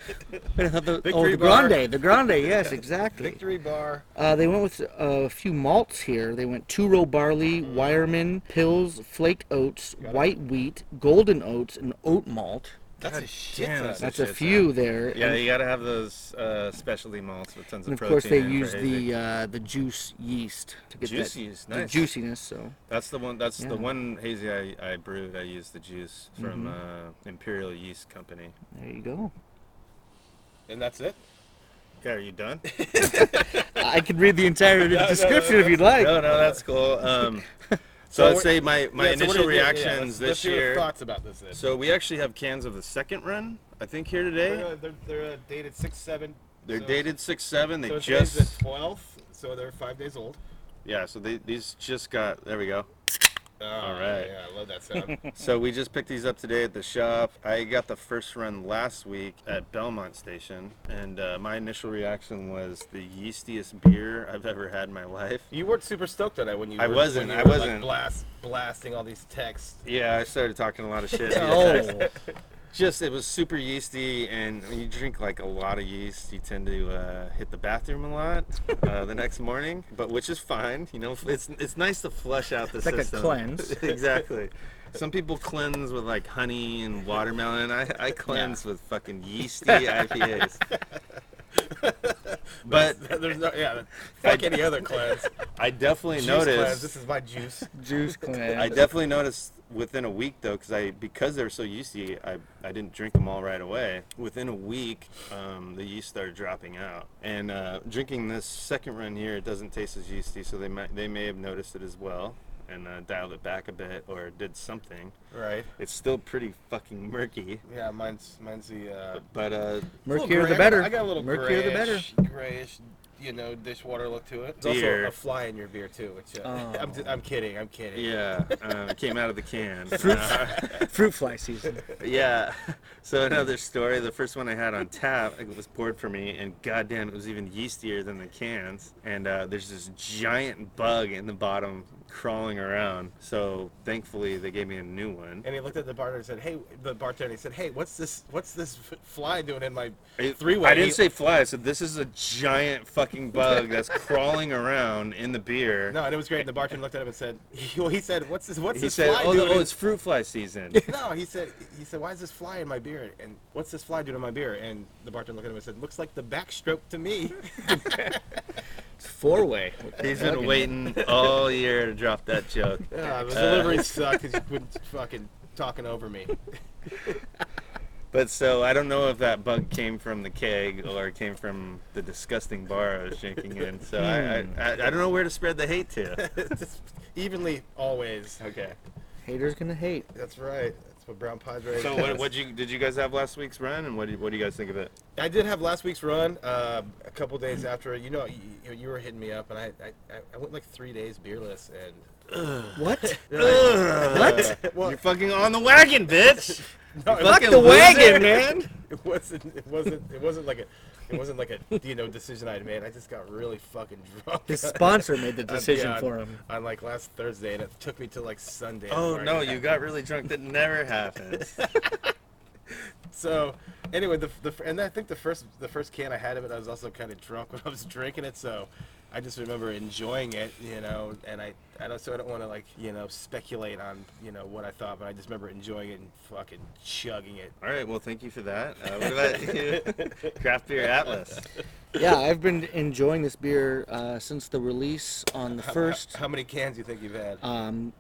Speaker 3: but I thought the, oh,
Speaker 1: Victory
Speaker 3: the
Speaker 1: bar.
Speaker 2: <laughs>
Speaker 3: Grande, the Grande. Yes, exactly.
Speaker 1: Victory Bar.
Speaker 3: Uh, they went with uh, a few malts here. They went two row barley, Wireman, pills, flaked oats,
Speaker 1: Got it.
Speaker 3: white wheat, golden oats, and oat malt.
Speaker 1: That's
Speaker 2: God
Speaker 1: a shit
Speaker 2: damn,
Speaker 1: ton.
Speaker 2: that's
Speaker 3: That's a
Speaker 2: shit's
Speaker 3: few there.
Speaker 2: Yeah,
Speaker 3: and,
Speaker 2: you gotta have those uh, specialty malts with tons of
Speaker 3: and of
Speaker 2: protein.
Speaker 3: course they
Speaker 2: in for
Speaker 3: used
Speaker 2: hazy.
Speaker 3: the uh, the juice yeast to get
Speaker 2: juice
Speaker 3: that
Speaker 2: yeast.
Speaker 3: the
Speaker 2: Nice.
Speaker 3: juiciness. So
Speaker 2: That's the one. That's
Speaker 3: Yeah. Mm-hmm.
Speaker 2: the one hazy I, I brewed. I used the juice from uh, Imperial Yeast Company.
Speaker 3: there you go.
Speaker 1: And that's it.
Speaker 2: Okay, are you done?
Speaker 3: I could read the entire
Speaker 1: no,
Speaker 3: description if
Speaker 1: that's-
Speaker 3: you'd like.
Speaker 2: <laughs> no, no, that's cool. Um,
Speaker 1: So
Speaker 2: <laughs> so I'd
Speaker 1: what-
Speaker 2: say my my
Speaker 1: Yeah, so what
Speaker 2: initial
Speaker 1: do you- yeah, yeah, let's-
Speaker 2: reactions
Speaker 1: let's
Speaker 2: this
Speaker 1: hear your
Speaker 2: year.
Speaker 1: Thoughts about this. Then.
Speaker 2: So we actually have cans of the second run. I think here today.
Speaker 1: They're, uh, they're, they're uh, dated six seven.
Speaker 2: They're
Speaker 1: so-
Speaker 2: dated six seven. They
Speaker 1: so
Speaker 2: just
Speaker 1: today's the twelfth, so they're five days old.
Speaker 2: yeah. So they these just got there. We go.
Speaker 1: Oh,
Speaker 2: right.
Speaker 1: Yeah, I love that
Speaker 2: <laughs>
Speaker 1: sound.
Speaker 2: So we just picked these up today at the shop. I got the first run last week at Belmont Station, and uh, my initial reaction was the yeastiest beer I've ever had in my <laughs> life.
Speaker 1: you weren't super stoked on that when you.
Speaker 2: I
Speaker 1: were,
Speaker 2: wasn't,
Speaker 1: When you
Speaker 2: I
Speaker 1: were,
Speaker 2: wasn't.
Speaker 1: Like blast, blasting all these texts. <laughs>
Speaker 2: Yeah, I started talking a lot of shit.
Speaker 3: Oh,
Speaker 2: <laughs> just it was super yeasty, and when you drink like a lot of yeast, you tend to uh, hit the bathroom a lot
Speaker 1: <laughs>
Speaker 2: uh, the next morning. But which is fine, you know. It's it's nice to flush out the
Speaker 3: like a
Speaker 2: system.
Speaker 3: cleanse.
Speaker 2: <laughs> exactly. Some people cleanse with like honey and watermelon. I, I cleanse with fucking
Speaker 1: <laughs>
Speaker 2: yeasty IPAs. but
Speaker 1: There's no, yeah, fuck any other cleanse.
Speaker 2: I definitely
Speaker 1: Juice cleanse,
Speaker 2: noticed.
Speaker 1: This is my
Speaker 2: <laughs>
Speaker 1: juice.
Speaker 3: Juice cleanse.
Speaker 2: I definitely noticed within a week though, because I because they were so yeasty, I I didn't drink them all right away. Within a week, um, the yeast started dropping out, and uh, drinking this second run here, it doesn't taste as yeasty, so they might they may have noticed it as well, and uh, dialed it back a bit or did something.
Speaker 1: Right.
Speaker 2: It's still pretty fucking murky,
Speaker 1: Yeah, mine's mine's the uh,
Speaker 2: but uh,
Speaker 1: little
Speaker 3: Murkier
Speaker 1: gray-
Speaker 3: the better.
Speaker 1: I got a little
Speaker 3: Murkier the better.
Speaker 1: grayish, grayish, you know, dishwater look to it. There's
Speaker 2: Beer.
Speaker 1: also a fly in your beer too, which uh,
Speaker 3: Oh.
Speaker 1: <laughs> I'm, just, I'm kidding. I'm kidding.
Speaker 2: yeah, um, it came out of the can. Uh,
Speaker 3: <laughs> Fruit fly season.
Speaker 2: Yeah. <laughs> So another story. The first one I had on tap it was poured for me, and goddamn, it was even yeastier than the cans. And uh, there's this giant bug in the bottom crawling around. So thankfully, they gave me a new one.
Speaker 1: And he looked at the bartender and said, "Hey, the bartender." He said, "Hey, what's this? What's this f- fly doing in my
Speaker 2: I-
Speaker 1: three-way?"
Speaker 2: I didn't
Speaker 1: He-
Speaker 2: say fly. I said this is a giant fucking bug that's crawling around in the beer.
Speaker 1: No, and it was great. And the bartender looked at him and said, <laughs> "Well, he said, what's this? What's
Speaker 2: He
Speaker 1: this
Speaker 2: said,
Speaker 1: fly
Speaker 2: oh,
Speaker 1: doing?"
Speaker 2: oh,
Speaker 1: in-"
Speaker 2: it's fruit fly season.
Speaker 1: <laughs> no, he said, he said, why is this fly in my beer? And what's this fly doing in my beer? And the bartender looked at him and said, looks like the backstroke to
Speaker 2: <laughs>
Speaker 1: me.
Speaker 3: Four way.
Speaker 2: He's been waiting all year to drop
Speaker 1: <laughs>
Speaker 2: that joke.
Speaker 1: yeah, the delivery sucked <laughs> because you wouldn't fucking talking over me.
Speaker 2: But so I don't know if that bug came from the keg or it came from the disgusting bar I was drinking in. So I, I, I, I don't know where to spread the
Speaker 1: <laughs>
Speaker 2: hate to.
Speaker 1: <laughs> Just evenly, always. Okay,
Speaker 3: Haters gonna hate.
Speaker 1: that's right. That's what Brown Padre.
Speaker 2: So what what you did you guys have last week's run and what do you, what do you guys think of it?
Speaker 1: I did have last week's run. Uh, a couple days after, you know, you, you were hitting me up, and I, I, I went like three days beerless, and
Speaker 3: What?
Speaker 2: what?
Speaker 1: Well-
Speaker 2: You're fucking on the wagon,
Speaker 1: <laughs>
Speaker 2: bitch.
Speaker 1: no, it was-
Speaker 2: Fucking
Speaker 3: the
Speaker 2: loser.
Speaker 3: wagon, man.
Speaker 1: it wasn't it wasn't it wasn't like a it wasn't like a you know decision I'd made. I just got really fucking drunk. <laughs>
Speaker 3: His sponsor made the
Speaker 1: on-
Speaker 3: decision
Speaker 1: yeah,
Speaker 3: for him.
Speaker 1: on like last Thursday, and it took me to like Sunday.
Speaker 2: Oh
Speaker 1: before I
Speaker 2: no,
Speaker 1: got-
Speaker 2: you got really drunk. That never happens.
Speaker 1: So anyway, the, the and I think the first the first can I had of it, I was also kind of drunk when I was drinking it, so. I just remember enjoying it, you know, and I, I don't, so I don't want to like, you know, speculate on, you know, what I thought, but I just remember enjoying it and fucking chugging it.
Speaker 2: All right, well thank you for that. Uh,
Speaker 1: <laughs>
Speaker 2: what about you? Craft beer atlas.
Speaker 3: Yeah, I've been enjoying this beer uh, since the release on the
Speaker 1: How- how-
Speaker 3: first.
Speaker 1: how, many cans do you think you've had?
Speaker 3: Um,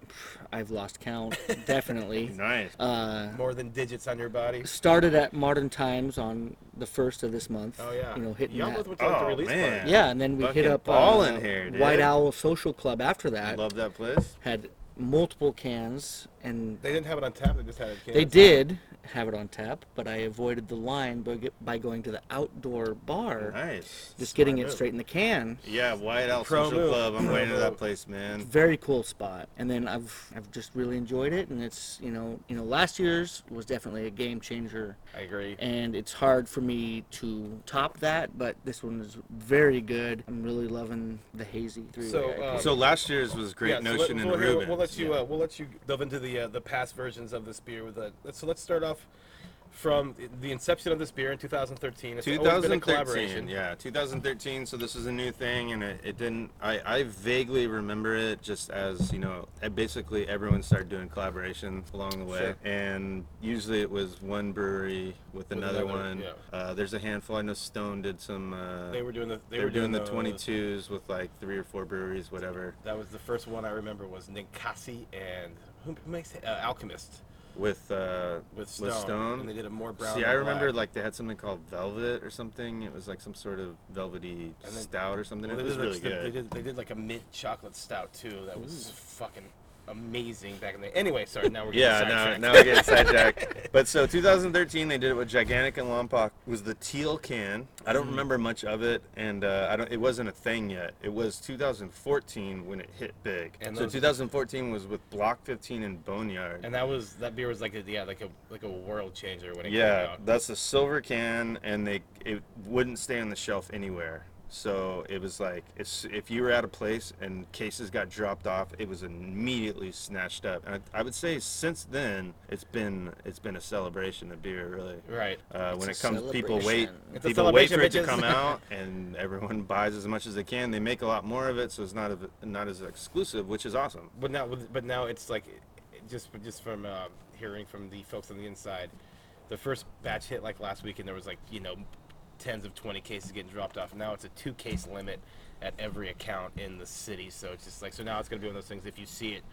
Speaker 3: I've lost count. Definitely.
Speaker 2: Nice.
Speaker 3: Uh,
Speaker 1: More than digits on your body.
Speaker 3: started at Modern Times on the first of this month.
Speaker 1: Oh yeah.
Speaker 3: You know, hitting
Speaker 1: Y'all
Speaker 3: that.
Speaker 1: both went to like, the
Speaker 2: Oh,
Speaker 1: release
Speaker 2: man.
Speaker 1: party.
Speaker 3: yeah, and then we hit
Speaker 2: Fucking
Speaker 3: up uh,
Speaker 2: ballin' here, dude.
Speaker 3: White Owl Social Club after that.
Speaker 2: Love that place.
Speaker 3: Had multiple cans, and
Speaker 1: They didn't have it on tap. They just had it. in
Speaker 3: they
Speaker 1: cans.
Speaker 3: did have it on tap, but I avoided the line by, get- by going to the outdoor bar,
Speaker 2: Nice.
Speaker 3: just getting
Speaker 1: Smart
Speaker 3: it
Speaker 1: move.
Speaker 3: straight in the can.
Speaker 2: Yeah, White Owl
Speaker 1: Pro
Speaker 2: Social
Speaker 1: move.
Speaker 2: Club. I'm
Speaker 1: Pro
Speaker 2: waiting to that
Speaker 1: move.
Speaker 2: place, man.
Speaker 3: very cool spot and then i've i've just really enjoyed it and it's you know you know last year's was definitely a game changer
Speaker 1: I agree.
Speaker 3: and it's hard for me to top that but this one is very good i'm really loving the hazy three
Speaker 1: So, uh,
Speaker 2: So last year's was great
Speaker 1: Yeah, so let-
Speaker 2: notion
Speaker 1: so
Speaker 2: and
Speaker 1: we'll,
Speaker 2: Rubens.
Speaker 1: We'll let you. Uh, we'll let you delve into the uh, the past versions of this beer with a. let's- So let's start off from the inception of this beer in 2013. It's always been a
Speaker 2: 2013.
Speaker 1: collaboration.
Speaker 2: Yeah, 2013. So this is a new thing, and it, it didn't. I, I vaguely remember it just as you know, uh, basically everyone started doing collaboration along the way,
Speaker 1: Sure.
Speaker 2: and usually it was one brewery with, another,
Speaker 1: another,
Speaker 2: one.
Speaker 1: yeah.
Speaker 2: Uh, there's a handful. I know Stone did some. Uh,
Speaker 1: They were doing the. They,
Speaker 2: they were doing,
Speaker 1: those.
Speaker 2: the 22s with like three or four breweries, whatever,
Speaker 1: That was the first one I remember was Ninkasi and who makes it? Uh, Alchemist
Speaker 2: with uh,
Speaker 1: with Stone. And they did a more brown.
Speaker 2: See,
Speaker 1: than
Speaker 2: I remember
Speaker 1: black.
Speaker 2: like they had something called Velvet or something. It was like some sort of velvety
Speaker 1: And then-
Speaker 2: stout or something.
Speaker 1: Well,
Speaker 2: it
Speaker 1: they
Speaker 2: was
Speaker 1: did, like,
Speaker 2: really
Speaker 1: the- They
Speaker 2: good.
Speaker 1: did, they did like a mint chocolate stout too. That was fucking amazing back in the. Anyway, sorry. Now we're getting
Speaker 2: <laughs> Yeah,
Speaker 1: sidetracked.
Speaker 2: now, now I
Speaker 1: <laughs>
Speaker 2: get sidetracked. But so 2013, they did it with Gigantic and Lompoc. It was the teal can. I
Speaker 1: Mm-hmm.
Speaker 2: don't remember much of it, and uh, I don't. It wasn't a thing yet. It was 2014 when it hit big.
Speaker 1: And
Speaker 2: so
Speaker 1: those-
Speaker 2: 2014 was with Block 15 and Boneyard.
Speaker 1: And that was that beer was like a yeah like a like a world changer when it
Speaker 2: yeah,
Speaker 1: came out.
Speaker 2: that's a silver can, and they it wouldn't stay on the shelf anywhere. So it was like it's, if you were at a place and cases got dropped off, it was immediately snatched up. And I, I would say since then, it's been it's been a celebration of beer, really.
Speaker 1: Right.
Speaker 2: Uh, when it
Speaker 4: It's a
Speaker 2: comes, people wait.
Speaker 4: celebration.
Speaker 1: It's a
Speaker 2: People wait
Speaker 1: celebration,
Speaker 2: for it to
Speaker 1: bitches. <laughs>
Speaker 2: come out, and everyone buys as much as they can. They make a lot more of it, so it's not a, not as exclusive, which is awesome.
Speaker 1: But now, with- but now it's like, it- just just from uh, hearing from the folks on the inside, the first batch hit like last week, and there was like you know, tens of twenty cases getting dropped off. Now it's a two case limit at every account in the city. So it's just like so now it's gonna be one of those things. If you see it,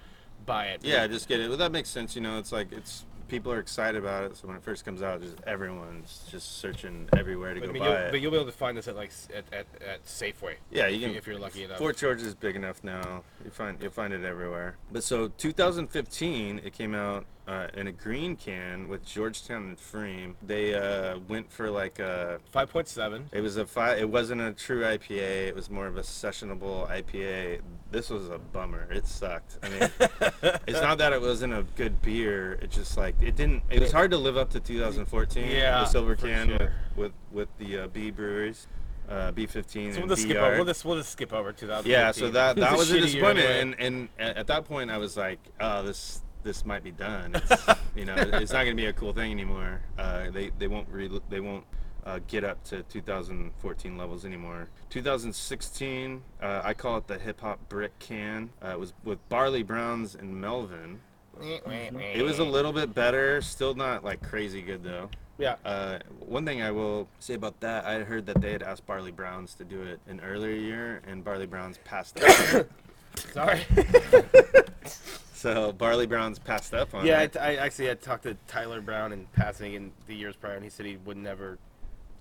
Speaker 1: buy it.
Speaker 2: Yeah, I just get it. Well, that makes sense. You know, it's like it's people are excited about it, so when it first comes out, just everyone's just searching everywhere to
Speaker 1: But,
Speaker 2: go
Speaker 1: I mean,
Speaker 2: buy
Speaker 1: you'll,
Speaker 2: it.
Speaker 1: but you'll be able to find this at like s- at, at, at Safeway.
Speaker 2: Yeah, you
Speaker 1: if
Speaker 2: can.
Speaker 1: if you're lucky enough.
Speaker 2: Fort George is big enough now. You find you'll find it everywhere. But so 2015, it came out uh, in a green can with Georgetown and Freem. They uh, went for like a.
Speaker 1: Five point seven.
Speaker 2: It was a five. It wasn't a true IPA. It was more of a sessionable IPA. This was a bummer. It sucked.
Speaker 1: <laughs>
Speaker 2: I mean, it's not that it wasn't a good beer. It just like it didn't. It was hard to live up to 2014.
Speaker 1: Yeah,
Speaker 2: the silver
Speaker 1: for
Speaker 2: can
Speaker 1: sure.
Speaker 2: with, with with the uh, B breweries, uh, B15
Speaker 1: So
Speaker 2: and
Speaker 1: we'll just skip
Speaker 2: BR.
Speaker 1: over. We'll just we'll just skip over to that.
Speaker 2: Yeah, so that that was
Speaker 1: shitty
Speaker 2: a
Speaker 1: year
Speaker 2: disappointment,
Speaker 1: anyway.
Speaker 2: and, and a- at that point I was like, oh, this this might be done.
Speaker 1: <laughs>
Speaker 2: It's, you know, it's not gonna be a cool thing anymore. Uh, they they won't re- they won't uh, get up to 2014 levels anymore. 2016, uh, I call it the hip hop brick can. Uh, it was with Barley Browns and Melvin. It was a little bit better, still not like crazy good though.
Speaker 1: yeah.
Speaker 2: Uh, one thing I will say about that, I heard that they had asked Barley Browns to do it an earlier year, and Barley Browns passed up. <coughs>
Speaker 1: Sorry.
Speaker 2: so Barley Browns passed up on
Speaker 1: Yeah, I,
Speaker 2: it.
Speaker 1: t- I actually had talked to Tyler Brown in passing in the years prior, and he said he would never,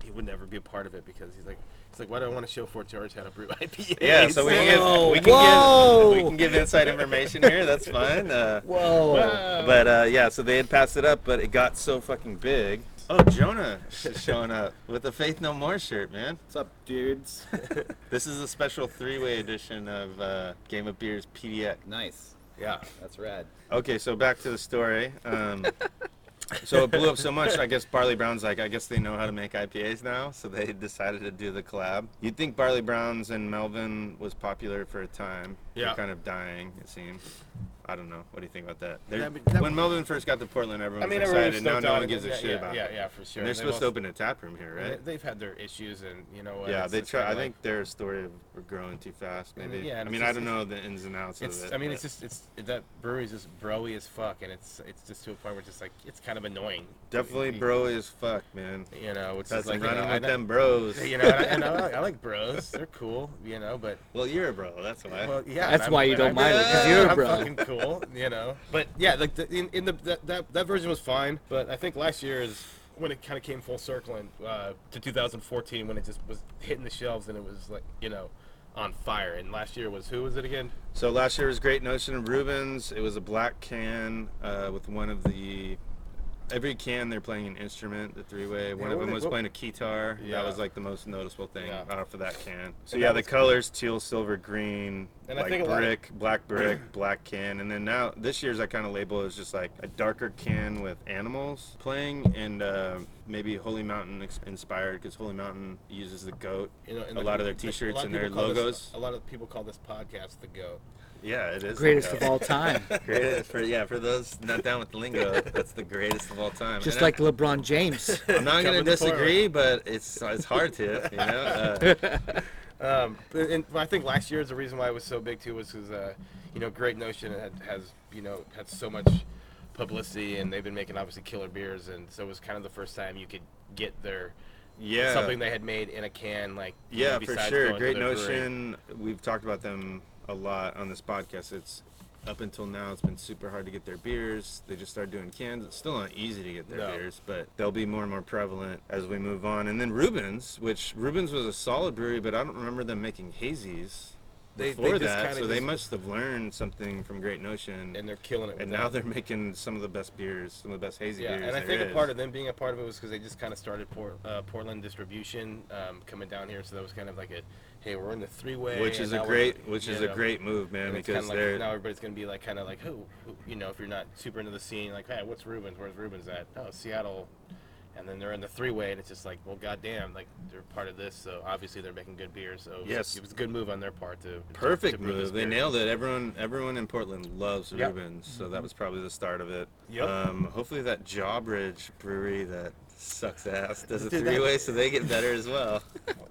Speaker 1: he would never be a part of it because he's like, he's like, why do I want to show Fort George how to brew <laughs> IPAs?
Speaker 2: yeah, so we can give
Speaker 4: Whoa,
Speaker 2: we can
Speaker 4: whoa.
Speaker 2: give we can give inside information here. That's
Speaker 4: <laughs>
Speaker 2: fine. Uh,
Speaker 3: Whoa.
Speaker 2: but uh, yeah, so they had passed it up, but it got so fucking big. Oh, Jonah is showing up with the Faith No More shirt, man.
Speaker 4: What's up, dudes?
Speaker 2: <laughs> This is a special three-way edition of uh, Game of Beer's PDX.
Speaker 4: nice.
Speaker 1: yeah,
Speaker 4: That's rad.
Speaker 2: Okay, so back to the story. Um, so it blew up so much. I guess Barley Brown's like, I guess they know how to make IPAs now, so they <laughs> decided to do the collab. You'd think Barley Brown's and Melvin was popular for a time. They're
Speaker 1: Yeah.
Speaker 2: kind of dying, it seems. I don't know. What do you think about that? They're-
Speaker 1: That would- that
Speaker 2: when Melvin first got to Portland,
Speaker 1: I
Speaker 2: everyone was
Speaker 1: mean,
Speaker 2: excited.
Speaker 1: everyone's
Speaker 2: Now
Speaker 1: stoked
Speaker 2: no
Speaker 1: on
Speaker 2: one
Speaker 1: it,
Speaker 2: gives a
Speaker 1: yeah,
Speaker 2: shit
Speaker 1: yeah,
Speaker 2: about
Speaker 1: yeah,
Speaker 2: it.
Speaker 1: Yeah, for sure.
Speaker 2: And they're
Speaker 1: They've
Speaker 2: supposed to
Speaker 1: also-
Speaker 2: open a tap room here, right?
Speaker 1: They, have had their issues, and you know what?
Speaker 2: yeah,
Speaker 1: it's
Speaker 2: they
Speaker 1: just
Speaker 2: try. I
Speaker 1: kinda Mm,
Speaker 2: think their story of growing too fast, maybe.
Speaker 1: yeah,
Speaker 2: I
Speaker 1: and
Speaker 2: mean,
Speaker 1: it's
Speaker 2: I
Speaker 1: just-
Speaker 2: don't know the ins and outs
Speaker 1: Like, it's.
Speaker 2: of it.
Speaker 1: I mean,
Speaker 2: but-
Speaker 1: it's just. It's that brewery's just broy as fuck, and it's. It's just to a point where it's just like it's kind of annoying.
Speaker 2: definitely bro as fuck, man.
Speaker 1: You know, it's
Speaker 2: That's
Speaker 1: just
Speaker 2: like
Speaker 1: like
Speaker 2: running
Speaker 1: you know, I
Speaker 2: with
Speaker 1: know-
Speaker 2: them bros. <laughs>
Speaker 1: You know, and I, and I, like- I like bros. They're cool. You know, but
Speaker 2: Well, you're a bro. That's why.
Speaker 1: Well, yeah,
Speaker 3: That's
Speaker 1: and
Speaker 3: why you
Speaker 1: and
Speaker 3: don't mind it, 'cause
Speaker 1: yeah,
Speaker 3: you're a
Speaker 1: I'm
Speaker 3: bro.
Speaker 1: fucking cool, you know. But yeah, like the, in, in the that, that that version was fine, but I think last year is when it kind of came full circle and uh, to 2014 when it just was hitting the shelves and it was like you know on fire. And last year was who was it again?
Speaker 2: so last year was Great Notion of Rubens. It was a black can uh, with one of the. Every can they're playing an instrument, the three way. One
Speaker 1: Yeah,
Speaker 2: of
Speaker 1: what
Speaker 2: them
Speaker 1: they-
Speaker 2: was
Speaker 1: what-
Speaker 2: playing a guitar.
Speaker 1: Yeah.
Speaker 2: That was like the most noticeable thing
Speaker 1: Yeah.
Speaker 2: uh, for that can. So
Speaker 1: And
Speaker 2: yeah,
Speaker 1: that
Speaker 2: the
Speaker 1: was cool.
Speaker 2: colors teal, silver, green,
Speaker 1: And I
Speaker 2: like
Speaker 1: think a lot of-
Speaker 2: brick,
Speaker 1: <clears throat>
Speaker 2: black brick, black can. And then now this year's I kind of label as just like a darker can with animals playing and uh, maybe Holy Mountain ex- inspired because Holy Mountain uses the goat.
Speaker 1: You know, and
Speaker 2: a
Speaker 1: like,
Speaker 2: lot of their
Speaker 1: like,
Speaker 2: T-shirts
Speaker 1: lot of
Speaker 2: and their
Speaker 1: people call this-
Speaker 2: logos.
Speaker 1: a lot of people call this podcast the Go.
Speaker 2: Yeah, it is. the
Speaker 3: Greatest
Speaker 2: goat.
Speaker 3: of
Speaker 1: <laughs>
Speaker 3: all time.
Speaker 2: Greatest for yeah, for those not down with the lingo, that's the greatest of all time.
Speaker 3: Just
Speaker 2: And I-
Speaker 3: like LeBron
Speaker 1: <laughs>
Speaker 3: James.
Speaker 2: I'm not gonna
Speaker 1: Coming to Portland.
Speaker 2: disagree, but it's it's hard to, you know. Uh,
Speaker 1: Um, but, and but I think last year's the reason why it was so big too was because uh, you know Great Notion had, has you know had so much publicity and they've been making obviously killer beers and so it was kind of the first time you could get their
Speaker 2: yeah,
Speaker 1: something they had made in a can like you know,
Speaker 2: yeah, for
Speaker 1: besides
Speaker 2: sure.
Speaker 1: going to
Speaker 2: Great
Speaker 1: their brewery.
Speaker 2: notion. We've talked about them a lot on this podcast. It's up until now, it's been super hard to get their beers. They just started doing cans. It's still not easy to get their
Speaker 1: No.
Speaker 2: beers, but they'll be more and more prevalent as we move on. And then Rubens, which Rubens was a solid brewery, but I don't remember them making hazies.
Speaker 1: They- they
Speaker 2: before
Speaker 1: just
Speaker 2: that,
Speaker 1: kinda
Speaker 2: so they
Speaker 1: just-
Speaker 2: must have learned something from Great Notion.
Speaker 1: and they're killing it. With
Speaker 2: And
Speaker 1: that.
Speaker 2: now they're making some of the best beers, some of the best hazy
Speaker 1: yeah,
Speaker 2: beers.
Speaker 1: and I
Speaker 2: there
Speaker 1: think a
Speaker 2: is.
Speaker 1: part of them being a part of it was because they just kind of started Port, uh, Portland distribution um, coming down here, so that was kind of like a hey, we're in the three way,
Speaker 2: which is a great, which is a great move, man,
Speaker 1: And it's
Speaker 2: because
Speaker 1: kind of like
Speaker 2: they're
Speaker 1: now everybody's gonna be like kind of like who, who you know if you're not super into the scene like hey what's Rubens where's Rubens at oh Seattle and then they're in the three way, and it's just like, well, goddamn, like they're part of this, so obviously they're making good beer. So it was-
Speaker 2: Yes.
Speaker 1: it was a good move on their part to to- to
Speaker 2: Perfect
Speaker 1: brew this
Speaker 2: move. They
Speaker 1: beer.
Speaker 2: nailed it. Everyone, everyone in Portland loves
Speaker 1: Yep. Mm-hmm.
Speaker 2: Rubens, so that was probably the start of it.
Speaker 1: Yep.
Speaker 2: Um, hopefully that Jawbridge brewery that sucks
Speaker 1: <laughs>
Speaker 2: ass does a
Speaker 1: Dude, that-
Speaker 2: three-way, so they get better
Speaker 1: <laughs>
Speaker 2: as well.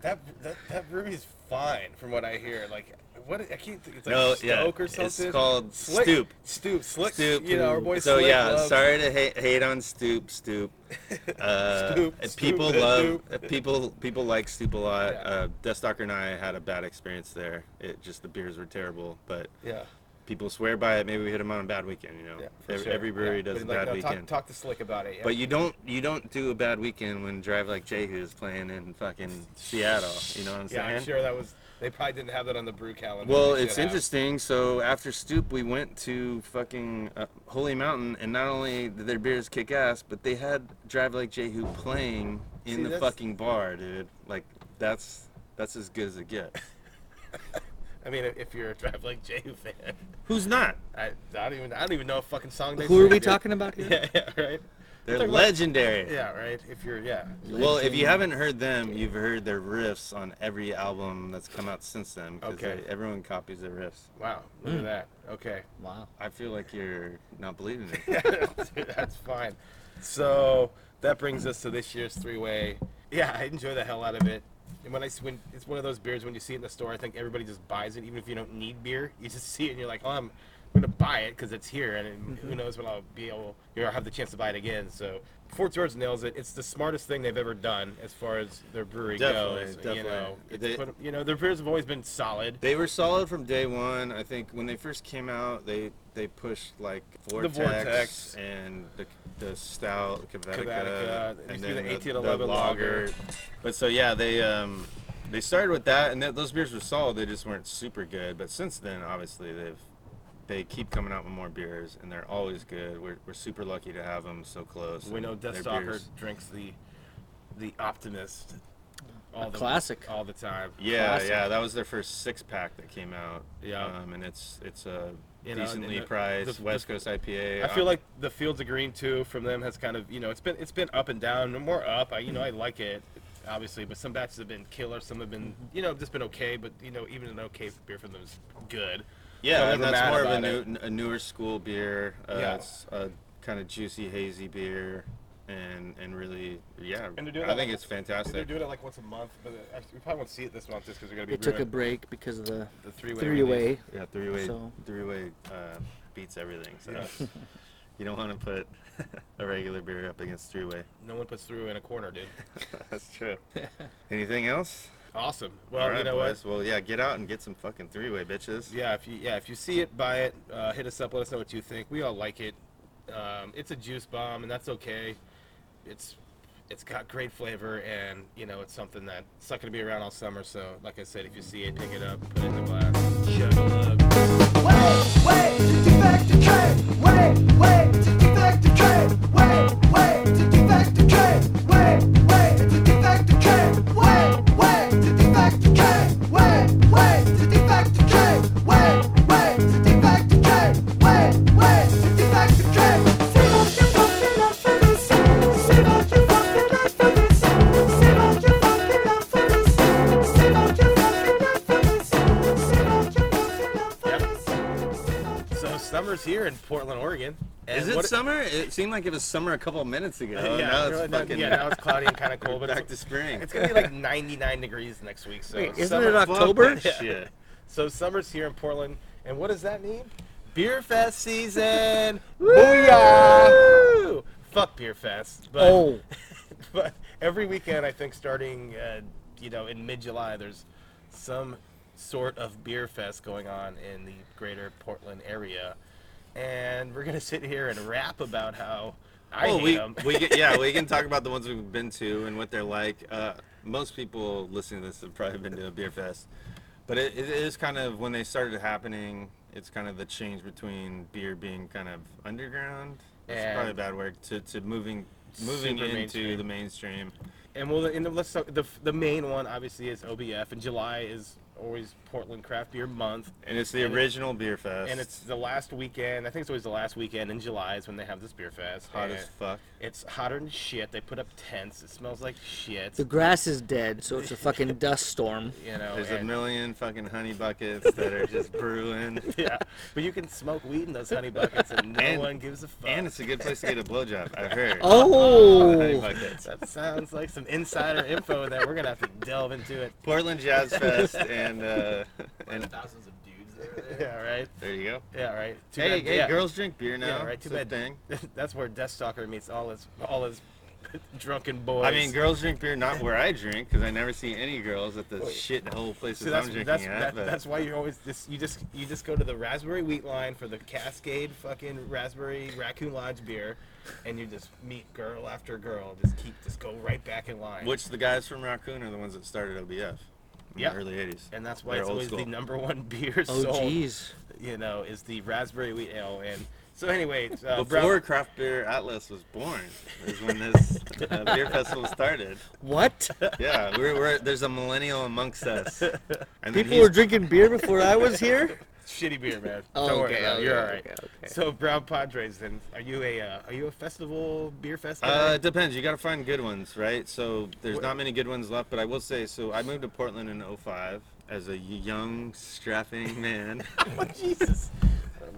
Speaker 1: That that that brewery's fine, from what I hear. Like, what I can't think. It's like
Speaker 2: No,
Speaker 1: Stoke
Speaker 2: yeah,
Speaker 1: or
Speaker 2: it's
Speaker 1: something.
Speaker 2: called
Speaker 1: Slick-
Speaker 2: Stoop.
Speaker 1: Stoop, Slick.
Speaker 2: Stoop.
Speaker 1: You know, our boy
Speaker 2: so
Speaker 1: Slick
Speaker 2: yeah,
Speaker 1: loves-
Speaker 2: sorry to hate, hate on
Speaker 1: <laughs>
Speaker 2: Stoop. Stoop. Uh,
Speaker 1: Stoop,
Speaker 2: and
Speaker 1: Stoop,
Speaker 2: people
Speaker 1: and
Speaker 2: love
Speaker 1: Stoop.
Speaker 2: uh, people. People like Stoop a lot.
Speaker 1: Yeah.
Speaker 2: Uh, Deathstalker and I had a bad experience there. It just the beers were terrible, but
Speaker 1: Yeah.
Speaker 2: people swear by it. Maybe we hit them on a bad weekend. You know,
Speaker 1: Yeah, for
Speaker 2: every,
Speaker 1: sure.
Speaker 2: every brewery
Speaker 1: Yeah, but
Speaker 2: does a
Speaker 1: like,
Speaker 2: bad
Speaker 1: no, talk-
Speaker 2: weekend.
Speaker 1: Talk, to Slick about it. Yeah.
Speaker 2: But you don't you don't do a bad weekend when Drive Like Jehu is playing in fucking Seattle. You know what I'm
Speaker 1: yeah,
Speaker 2: saying?
Speaker 1: I'm sure that was. They probably didn't have that on the brew calendar.
Speaker 2: Well,
Speaker 1: They
Speaker 2: it's
Speaker 1: should have.
Speaker 2: interesting. So after Stoop, we went to fucking uh, Holy Mountain, and not only did their beers kick ass, but they had Drive Like Jehu playing in
Speaker 1: See,
Speaker 2: the
Speaker 1: that's-
Speaker 2: fucking bar, dude. Like that's that's as good as
Speaker 1: <laughs>
Speaker 2: it gets.
Speaker 1: I mean, if you're a Drive Like Jehu <laughs> fan,
Speaker 2: Who's not?
Speaker 1: I, I don't even. I don't even know a fucking song. They
Speaker 3: Who are
Speaker 1: sing,
Speaker 3: we
Speaker 1: dude.
Speaker 3: talking about here?
Speaker 1: <laughs> Yeah, yeah, right.
Speaker 2: They're
Speaker 1: talking about-
Speaker 2: legendary.
Speaker 1: <laughs> Yeah, right. If you're, yeah.
Speaker 2: Well, if you
Speaker 3: Legend.
Speaker 2: haven't heard them, you've heard their riffs on every album that's come out since then. 'cause
Speaker 1: Okay.
Speaker 2: they- everyone copies their riffs.
Speaker 1: Wow, look
Speaker 3: Hmm.
Speaker 1: at that. Okay.
Speaker 3: Wow.
Speaker 2: I feel like you're not believing
Speaker 1: <laughs>
Speaker 2: it.
Speaker 1: That's fine. So that brings us to this year's three way. Yeah, I enjoy the hell out of it. And when I s- when it's one of those beers when you see it in the store, I think everybody just buys it, even if you don't need beer. <laughs> You just see it and you're like, oh, I'm gonna buy it because it's here, and
Speaker 2: Mm-hmm.
Speaker 1: who knows when I'll be able, you know, I'll have the chance to buy it again. So Fort George nails it. It's the smartest thing they've ever done as far as their brewery
Speaker 2: Definitely,
Speaker 1: goes. You
Speaker 2: definitely.
Speaker 1: know, it's
Speaker 2: They-
Speaker 1: put- you know, their beers have always been solid.
Speaker 2: They were solid from day one. I think when they first came out, they they pushed like Vortex,
Speaker 1: Vortex.
Speaker 2: and the, the Stout, Kvetica,
Speaker 1: Kvetica, it used
Speaker 2: and
Speaker 1: to be
Speaker 2: then
Speaker 1: the 18
Speaker 2: the,
Speaker 1: lager.
Speaker 2: lager. But so yeah, they um they started with that, and that, those beers were solid. They just weren't super good. But since then, obviously, they've they keep coming out with more beers, and they're always good. We're, we're super lucky to have them so close.
Speaker 1: We
Speaker 2: and
Speaker 1: know
Speaker 2: their
Speaker 1: Deathstalker
Speaker 2: beers-
Speaker 1: drinks the the optimist. All
Speaker 3: A classic.
Speaker 1: All the time.
Speaker 2: Yeah,
Speaker 3: Classic.
Speaker 2: yeah, that was their first six pack that came out.
Speaker 1: Yeah.
Speaker 2: um, and it's it's a
Speaker 1: You know, and
Speaker 2: decently
Speaker 1: the-
Speaker 2: priced
Speaker 1: the-
Speaker 2: West
Speaker 1: the-
Speaker 2: Coast IPA.
Speaker 1: I feel like the Fields of Green too from them has kind of you know it's been it's been up and down. More up. I you know I like it obviously, but some batches have been killer. Some have been
Speaker 2: Mm-hmm.
Speaker 1: you know just been okay. But you know even an okay beer from them is good. So
Speaker 2: yeah,
Speaker 1: I'm
Speaker 2: and
Speaker 1: never
Speaker 2: that's
Speaker 1: mad
Speaker 2: more of a,
Speaker 1: about
Speaker 2: new,
Speaker 1: it.
Speaker 2: n- a newer school beer. Uh,
Speaker 1: Yeah.
Speaker 2: it's a kind of juicy, hazy beer, and and really, yeah,
Speaker 1: And they're doing
Speaker 2: I
Speaker 1: it like-
Speaker 2: think it's
Speaker 1: They're
Speaker 2: fantastic.
Speaker 1: doing it like once a month, but uh, we probably won't see it this month just because we're gonna be.
Speaker 3: It took a
Speaker 1: brewing
Speaker 3: break because of the
Speaker 1: the three-way. release.
Speaker 3: three-way.
Speaker 2: Yeah, three way,
Speaker 3: So-
Speaker 2: three way uh, beats everything. So
Speaker 1: Yeah.
Speaker 2: <laughs> you don't want to put <laughs> a regular beer up against
Speaker 1: <laughs>
Speaker 2: three way.
Speaker 1: No one puts through in a corner, dude.
Speaker 2: That's true. <laughs> Anything else?
Speaker 1: Awesome. Well,
Speaker 2: Alright,
Speaker 1: you know what?
Speaker 2: boys. Well, yeah, get out and get some fucking three way, bitches.
Speaker 1: Yeah, if you yeah if you see it, buy it. Uh, hit us up. Let us know what you think. We all like it. Um, it's a juice bomb, and that's okay. It's it's got great flavor, and you know it's something that it's not gonna be around all summer. So like I said, if you see it, pick it up, put it in the glass, chug a lug.
Speaker 4: Wait, wait, to defect the train. Wait, wait, to defect the train. Wait, wait, to defect the train. Wait, wait, to defect the train. Wait, wait, to defect the train. Wait, wait, to defect the train. Wait, wait, to defect the train. Wait, wait, to defect the train. Save all your fucking love for this. Save all your fucking love for this. Save all your fucking love for this. Save all your fucking love for this. Save all your fucking love for
Speaker 1: Yep.
Speaker 4: this. It's
Speaker 1: So summer's here in Portland, Oregon. And
Speaker 2: Is it
Speaker 1: what-
Speaker 2: summer? It seemed like it was summer a couple of minutes ago.
Speaker 1: <laughs> Yeah,
Speaker 2: now it's
Speaker 1: really-
Speaker 2: fucking
Speaker 1: yeah, now it's cloudy and kind of cold, <laughs> but
Speaker 2: <laughs> back to
Speaker 1: it's,
Speaker 2: spring.
Speaker 1: it's gonna be <laughs> like 99 degrees next week. So
Speaker 3: Wait, isn't
Speaker 1: summer-
Speaker 3: it
Speaker 2: Fuck
Speaker 3: October?
Speaker 2: that
Speaker 1: Yeah.
Speaker 2: shit.
Speaker 1: So summer's here in Portland, and what does that mean? Beer Fest season! Woo! Fuck Beer Fest, but,
Speaker 3: Oh,
Speaker 1: <laughs> but every weekend I think starting, uh, you know, in mid-July, there's some sort of beer fest going on in the greater Portland area, and we're gonna sit here and rap about how I
Speaker 2: Well,
Speaker 1: hate
Speaker 2: we,
Speaker 1: 'em.
Speaker 2: we get, yeah, we can talk about the ones we've been to and what they're like. Uh, most people listening to this have probably been to a beer fest, but it, it is kind of when they started happening. It's kind of the change between beer being kind of underground. That's
Speaker 1: And-
Speaker 2: probably a bad word to, to moving moving
Speaker 1: Super
Speaker 2: into
Speaker 1: mainstream.
Speaker 2: the mainstream.
Speaker 1: And well, and let's talk, the the main one obviously is OBF, and July is always Portland Craft Beer Month.
Speaker 2: And it's the
Speaker 1: And it-
Speaker 2: original beer fest.
Speaker 1: And it's the last weekend. I think it's always the last weekend in July is when they have this beer fest.
Speaker 2: hot as
Speaker 1: And
Speaker 2: fuck.
Speaker 1: It's hotter than shit. They put up tents. It smells like shit.
Speaker 3: The grass is dead, so it's a fucking dust storm.
Speaker 1: You know.
Speaker 2: There's a
Speaker 1: and-
Speaker 2: million fucking honey buckets that are just brewing.
Speaker 1: <laughs> yeah, but you can smoke weed in those honey buckets, and no
Speaker 2: <laughs> And-
Speaker 1: one gives a fuck.
Speaker 2: And it's a good place to get a blowjob,
Speaker 1: <laughs>
Speaker 2: I've heard.
Speaker 1: Oh.
Speaker 2: Honey
Speaker 3: <laughs> Oh,
Speaker 2: buckets.
Speaker 1: that sounds like some insider info that we're gonna have to delve into it. <laughs>
Speaker 2: Portland Jazz Fest and uh and
Speaker 5: thousands of dudes there.
Speaker 1: Yeah, right.
Speaker 2: there you go.
Speaker 1: Yeah, right. Too
Speaker 2: Hey,
Speaker 1: bad-
Speaker 2: hey,
Speaker 1: yeah.
Speaker 2: girls drink beer now.
Speaker 1: Yeah, right. Too
Speaker 2: It's a
Speaker 1: bad.
Speaker 2: thing.
Speaker 1: <laughs> That's where Death Stalker meets all his all his <laughs> drunken boys.
Speaker 2: I mean, girls drink beer not where I drink because I never see any girls at the shithole places
Speaker 1: So that's
Speaker 2: I'm drinking
Speaker 1: that's,
Speaker 2: at.
Speaker 1: that,
Speaker 2: but
Speaker 1: that's why you're always just you just you just go to the raspberry wheat line for the Cascade fucking raspberry raccoon lodge beer, and you just meet girl after girl. Just keep just go right back in line.
Speaker 2: which the guys from Raccoon are the ones that started OBF in
Speaker 1: Yeah.
Speaker 2: the early '80s.
Speaker 1: and that's why
Speaker 2: They're
Speaker 1: it's
Speaker 2: old
Speaker 1: always the
Speaker 2: school.
Speaker 1: number one <laughs> beer
Speaker 3: oh,
Speaker 1: sold.
Speaker 3: jeez.
Speaker 1: You know, is the raspberry wheat ale. And so anyway,
Speaker 3: Oh,
Speaker 1: uh,
Speaker 2: Before
Speaker 1: Brown-
Speaker 2: Craft Beer Atlas was born is when this uh, beer festival started.
Speaker 3: What?
Speaker 2: Yeah, we're, we're there's a millennial
Speaker 1: <laughs>
Speaker 2: amongst us. And then
Speaker 3: People
Speaker 2: he's-
Speaker 3: were drinking beer before I was here.
Speaker 1: shitty beer,
Speaker 3: <laughs>
Speaker 1: man.
Speaker 3: Oh,
Speaker 1: Don't worry
Speaker 3: okay,
Speaker 1: about it.
Speaker 3: okay,
Speaker 1: You're all right.
Speaker 3: okay, okay.
Speaker 1: So Brown Padres, then are you a uh, are you a festival beer fest? guy?
Speaker 2: Uh, it depends. You got to find good ones, right? So there's not many good ones left, but I will say, so I moved to Portland in 05 as a young, strapping <laughs> man.
Speaker 1: <laughs> Jesus.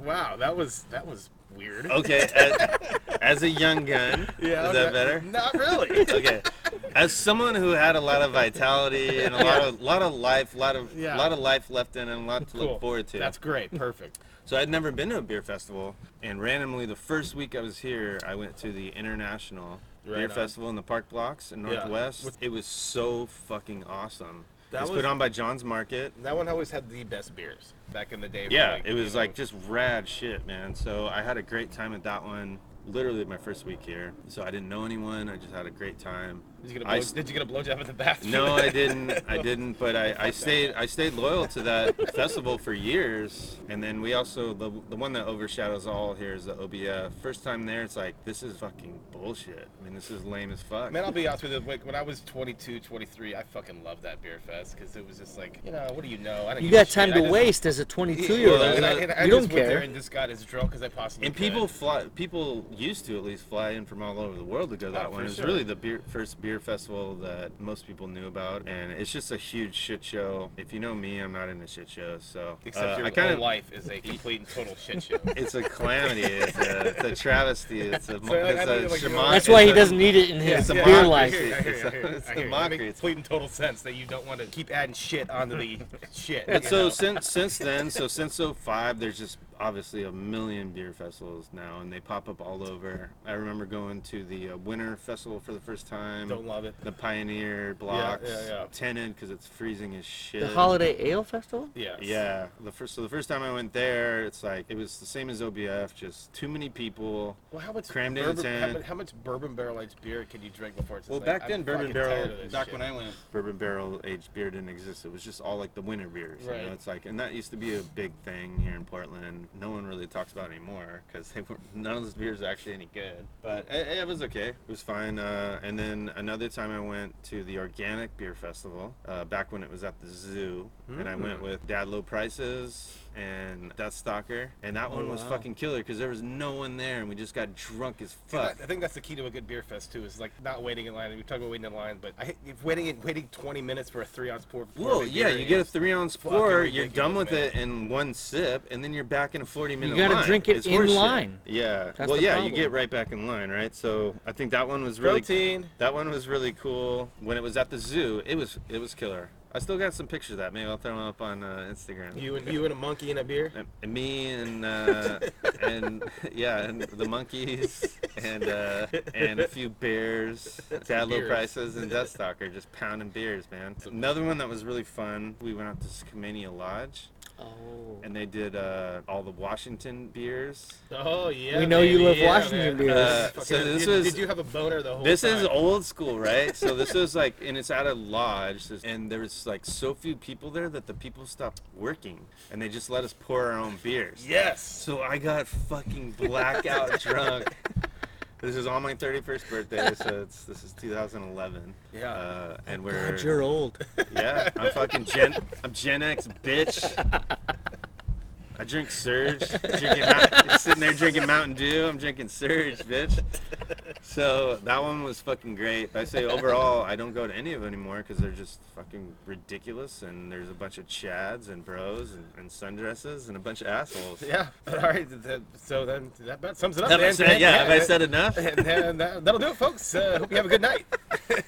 Speaker 1: Wow, that was that was weird.
Speaker 2: okay, as, as a young gun. Is that
Speaker 1: okay.
Speaker 3: <laughs>
Speaker 2: better?
Speaker 1: Not
Speaker 2: <laughs>
Speaker 1: really.
Speaker 2: Okay. As someone who had a lot of vitality and a lot of lot of life, lot of
Speaker 1: Yeah.
Speaker 2: lot of life left in and a lot to
Speaker 1: Cool.
Speaker 2: look forward to.
Speaker 1: That's great. Perfect.
Speaker 2: So I'd never been to a beer festival, and randomly the first week I was here, I went to the International
Speaker 1: Right
Speaker 2: Beer
Speaker 1: on.
Speaker 2: Festival in the Park Blocks in
Speaker 1: Yeah.
Speaker 2: Northwest.
Speaker 1: With-
Speaker 2: It was so fucking awesome.
Speaker 1: That
Speaker 2: it was,
Speaker 1: was-
Speaker 2: put on by John's Market.
Speaker 1: <laughs> That one always had the best beers back in the day.
Speaker 2: Yeah,
Speaker 1: Like,
Speaker 2: it was
Speaker 1: you know,
Speaker 2: like just rad shit, man. So I had a great time at that one. Literally my first week here, so I didn't know anyone. I just had a great time.
Speaker 1: Did you get a
Speaker 2: I
Speaker 1: blow,
Speaker 2: s-
Speaker 1: did you get a blowjob at the bathroom?
Speaker 2: No, I didn't. I didn't. But I, I stayed. I stayed loyal to that festival for years. And then we also the the one that overshadows all here is the OBF. First time there, it's like this is fucking bullshit. I mean, this is lame as
Speaker 1: <laughs>
Speaker 2: fuck.
Speaker 1: Man, I'll be honest with you. Like, when I was 22, 23, I fucking loved that beer fest because it was just like, you know, what do you know? I don't
Speaker 3: <laughs> You
Speaker 1: give a
Speaker 3: got
Speaker 1: shit.
Speaker 3: time
Speaker 1: I
Speaker 3: to
Speaker 1: just-
Speaker 3: waste as a
Speaker 1: <laughs>
Speaker 3: 22
Speaker 1: Yeah,
Speaker 3: year
Speaker 1: and I-
Speaker 2: Well,
Speaker 3: old.
Speaker 1: and I,
Speaker 2: uh,
Speaker 1: I
Speaker 3: You
Speaker 1: just
Speaker 3: don't
Speaker 1: went there
Speaker 3: care.
Speaker 1: and just got as drunk as I possibly
Speaker 2: and
Speaker 1: could.
Speaker 2: people fly. People used to at least fly in from all over the world to go to that
Speaker 1: Oh,
Speaker 2: one.
Speaker 1: for
Speaker 2: It was
Speaker 1: sure.
Speaker 2: really the beer, first beer festival that most people knew about, and it's just a huge shit show. If you know me, I'm not into shit shows, so
Speaker 1: Except
Speaker 2: uh,
Speaker 1: your
Speaker 2: I kind
Speaker 1: whole
Speaker 2: of
Speaker 1: life is a complete and total shit show.
Speaker 2: It's a calamity. It's a, it's a travesty. It's a,
Speaker 1: So, like, I
Speaker 2: it's
Speaker 1: think,
Speaker 2: a
Speaker 1: like, you know,
Speaker 2: shamanic-
Speaker 3: That's why he
Speaker 2: it's a-
Speaker 3: doesn't need it in
Speaker 2: <laughs>
Speaker 3: his
Speaker 2: it's a
Speaker 3: beer
Speaker 1: I
Speaker 2: mockery.
Speaker 3: life.
Speaker 1: hear you, I hear you, I hear you,
Speaker 2: It's
Speaker 1: I
Speaker 2: a
Speaker 1: hear you. It
Speaker 2: mockery.
Speaker 1: makes complete and total sense that you don't want to keep adding shit onto the <laughs> shit.
Speaker 2: But
Speaker 1: you
Speaker 2: so
Speaker 1: know?
Speaker 2: since since then, so since 05, there's just obviously a million beer festivals now, and they pop up all over. I remember going to the uh, Winter Festival for the first time.
Speaker 1: don't love it.
Speaker 2: the Pioneer blocks,
Speaker 1: yeah, yeah.
Speaker 2: tenant because it's freezing as shit.
Speaker 3: The Holiday Ale Festival?
Speaker 1: Yeah.
Speaker 2: Yeah, the first so the first time I went there, it's like it was the same as OBF, just too many people.
Speaker 1: Well, how much
Speaker 2: Crammed in a
Speaker 1: bourbon, how,
Speaker 2: tent.
Speaker 1: mu- how much bourbon barrel aged beer can you drink before it's just
Speaker 2: Well,
Speaker 1: like,
Speaker 2: back
Speaker 1: I'm
Speaker 2: then, bourbon
Speaker 1: fucking
Speaker 2: barrel-
Speaker 1: tired of this
Speaker 5: Back
Speaker 1: shit.
Speaker 5: when I went,
Speaker 2: bourbon barrel aged beer didn't exist. It was just all like the winter beers. You
Speaker 1: Right.
Speaker 2: know, it's like, and that used to be a big thing here in Portland. No one really talks about it anymore because they were none of those beers are actually any good. But it, it was okay. It was fine. Uh, and then another time I went to the Organic Beer Festival uh, back when it was at the zoo, and I
Speaker 1: Hmm.
Speaker 2: went with Dad Low Prices and Death Stalker, and
Speaker 1: Oh,
Speaker 2: that one was
Speaker 3: wow.
Speaker 2: fucking killer because there was no one there, and we just got drunk as
Speaker 1: See, that-
Speaker 2: fuck.
Speaker 1: I think that's the key to a good beer fest too. Is like not waiting in line. We talk about waiting in line, but I, hate- if waiting in, waiting 20 minutes for a three ounce pour. pour
Speaker 2: Whoa,
Speaker 1: of a
Speaker 2: yeah,
Speaker 1: beer
Speaker 2: you get a
Speaker 1: is-
Speaker 2: three ounce
Speaker 1: fucking
Speaker 2: pour, you're
Speaker 1: ridiculous,
Speaker 2: done with
Speaker 1: man.
Speaker 2: it in one sip, and then you're back in a 40 minute
Speaker 3: gotta
Speaker 2: line.
Speaker 3: drink it
Speaker 2: It's
Speaker 3: in
Speaker 2: horseshit.
Speaker 3: line.
Speaker 2: Yeah.
Speaker 3: That's
Speaker 2: well,
Speaker 3: the
Speaker 2: yeah, you
Speaker 3: problem.
Speaker 2: get right back in line, right? So I think that one was really
Speaker 1: Protein.
Speaker 2: That one was really cool. When it was at the zoo, it was it was killer. I still got some pictures of that. Maybe I'll throw them up on uh, Instagram.
Speaker 1: You and you and a monkey and a beer.
Speaker 2: And- and me and
Speaker 1: <laughs>
Speaker 2: uh, and yeah, and the monkeys and uh, and a few bears, dad low
Speaker 1: Beers.
Speaker 2: prices, and Death
Speaker 1: <laughs>
Speaker 2: Stalker just pounding beers, man. Another one that was really fun. We went out to Skamania Lodge
Speaker 3: Oh.
Speaker 2: and they did uh, all the Washington beers.
Speaker 1: Oh yeah.
Speaker 3: We know you
Speaker 1: baby,
Speaker 3: love
Speaker 1: yeah, man.
Speaker 3: Washington beers.
Speaker 2: Uh,
Speaker 1: Fucking-
Speaker 2: so this
Speaker 1: did,
Speaker 2: was-
Speaker 1: did you have a boner the whole
Speaker 2: This
Speaker 1: time?
Speaker 2: is old school, right? So this was like, and it's at a lodge, and there was like so few people there that the people stopped working, and they just let us pour our own beers.
Speaker 1: Yes.
Speaker 2: So I got fucking blackout drunk This is on my 31st birthday, so it's this is 2011.
Speaker 1: Yeah.
Speaker 2: Uh, and we're
Speaker 5: Oh, God, you're old.
Speaker 2: yeah. I'm fucking Gen. I'm Gen X, bitch. I drink Surge. Drinking Mount, sitting there drinking Mountain Dew. I'm drinking Surge, bitch. So that one was fucking great. But I say overall, I don't go to any of them anymore because they're just fucking ridiculous. And there's a bunch of chads and bros and, and sundresses and a bunch of assholes.
Speaker 1: Yeah. All right. th- th- So then that about sums it up.
Speaker 2: Have I
Speaker 1: man.
Speaker 2: said, yeah, have I said enough?
Speaker 1: And then that, that'll do it, folks. Uh, hope you have a good night.
Speaker 2: <laughs>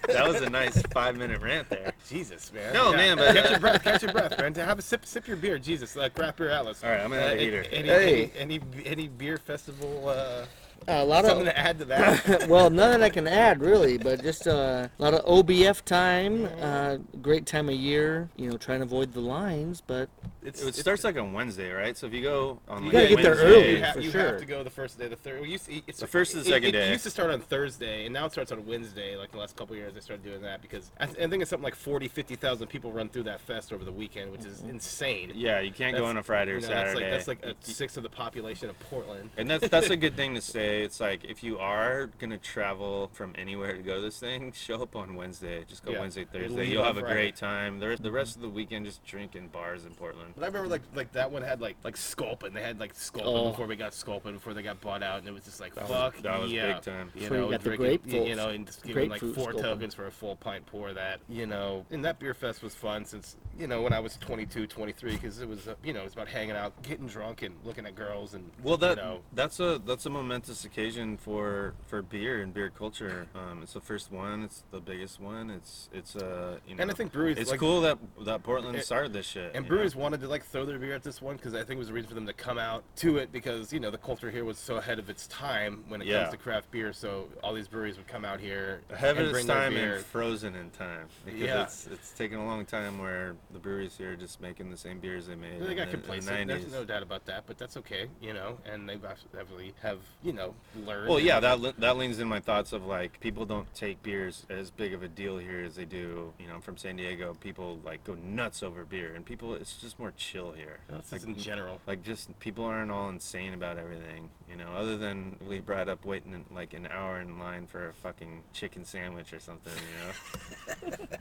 Speaker 2: That was a nice five minute rant there.
Speaker 1: Jesus, man.
Speaker 2: No, man, but-
Speaker 1: catch your breath. Catch your breath,
Speaker 2: <laughs>
Speaker 1: man. To have a sip, sip your beer. Jesus, uh, craft beer atlas. Uh,
Speaker 2: All right, I'm gonna have a heater.
Speaker 1: Any,
Speaker 3: Hey.
Speaker 1: any, any any beer festival? Uh,
Speaker 3: A lot
Speaker 1: something
Speaker 3: of
Speaker 1: to add to that?
Speaker 3: <laughs> well, none that I can add really, but just uh, a lot of OBF time. Uh, great time of year. You know, trying to avoid the lines, but
Speaker 1: <laughs> It's,
Speaker 2: It starts like on Wednesday, right? So if you go on like
Speaker 3: gotta get there
Speaker 2: Wednesday,
Speaker 3: early,
Speaker 1: You, have,
Speaker 3: for
Speaker 1: you
Speaker 3: sure.
Speaker 1: have to go the first day, the third. Well, you see, it's
Speaker 2: The first and
Speaker 1: it-
Speaker 2: second
Speaker 1: it,
Speaker 2: day.
Speaker 1: It used to start on Thursday, and now it starts on Wednesday. Like the last couple years, they started doing that because I, th- I think it's something like 40, 50,000 people run through that fest over the weekend, which
Speaker 3: Mm-hmm.
Speaker 1: is insane.
Speaker 2: Yeah, you can't go
Speaker 1: That's-
Speaker 2: on a Friday or
Speaker 1: you know,
Speaker 2: Saturday.
Speaker 1: That's like, that's like a sixth of the population of Portland.
Speaker 2: and that's that's a good thing to say. It's like if you are gonna travel from anywhere to go to this thing, <laughs> show up on Wednesday. Just go
Speaker 1: Yeah.
Speaker 2: Wednesday,
Speaker 1: Leave
Speaker 2: Thursday. You'll
Speaker 1: on
Speaker 2: have a
Speaker 1: Friday.
Speaker 2: great time. The rest, the rest of the weekend, just drink in bars in Portland.
Speaker 1: But I remember like like that one had like like Sculpin. They had like Sculpin
Speaker 3: Oh.
Speaker 1: before we got Sculpin before they got bought out, and it was just like
Speaker 2: That was-
Speaker 1: fuck
Speaker 2: that was
Speaker 1: yeah.
Speaker 2: big time.
Speaker 1: You
Speaker 3: Before you
Speaker 1: know,
Speaker 3: got the
Speaker 1: drinking,
Speaker 3: grapefruit-
Speaker 1: you know, and just giving like
Speaker 3: grapefruit
Speaker 1: four
Speaker 3: Sculpin.
Speaker 1: tokens for a full pint pour of that, you know. And that beer fest was fun since you know when I was 22, 23, because it was uh, you know it was about hanging out, getting drunk, and looking at girls, and
Speaker 2: Well, that
Speaker 1: you know,
Speaker 2: that's a that's a momentous occasion for for beer and beer culture. Um, it's the first one. It's the biggest one. It's it's uh you know.
Speaker 1: And I think breweries,
Speaker 2: It's
Speaker 1: like-
Speaker 2: cool that that Portland
Speaker 1: And-
Speaker 2: started this shit.
Speaker 1: And
Speaker 2: you know?
Speaker 1: breweries wanted to like throw their beer at this one because I think it was a reason for them to come out to it because you know the culture here was so ahead of its time when it
Speaker 2: Yeah.
Speaker 1: comes to craft beer. So all these breweries would come out here
Speaker 2: Ahead
Speaker 1: and
Speaker 2: of its
Speaker 1: bring their
Speaker 2: time
Speaker 1: beer.
Speaker 2: and frozen in time because
Speaker 1: Yeah.
Speaker 2: it's it's taken a long time where the breweries here are just making the same beers they made.
Speaker 1: They
Speaker 2: in
Speaker 1: got
Speaker 2: the-
Speaker 1: complacent.
Speaker 2: The
Speaker 1: There's
Speaker 2: 90s.
Speaker 1: no doubt about that, but that's okay, you know. And they definitely have, you know, learned.
Speaker 2: well,
Speaker 1: and-
Speaker 2: yeah, that le- that leans in my thoughts of like people don't take beers as big of a deal here as they do. You know, I'm from San Diego. People like go nuts over beer, and people it's just more chill here.
Speaker 1: That's
Speaker 2: Like,
Speaker 1: just in general.
Speaker 2: like just people aren't all insane about everything you know other than we brought up waiting in, like an hour in line for a fucking chicken sandwich or something you know
Speaker 3: <laughs>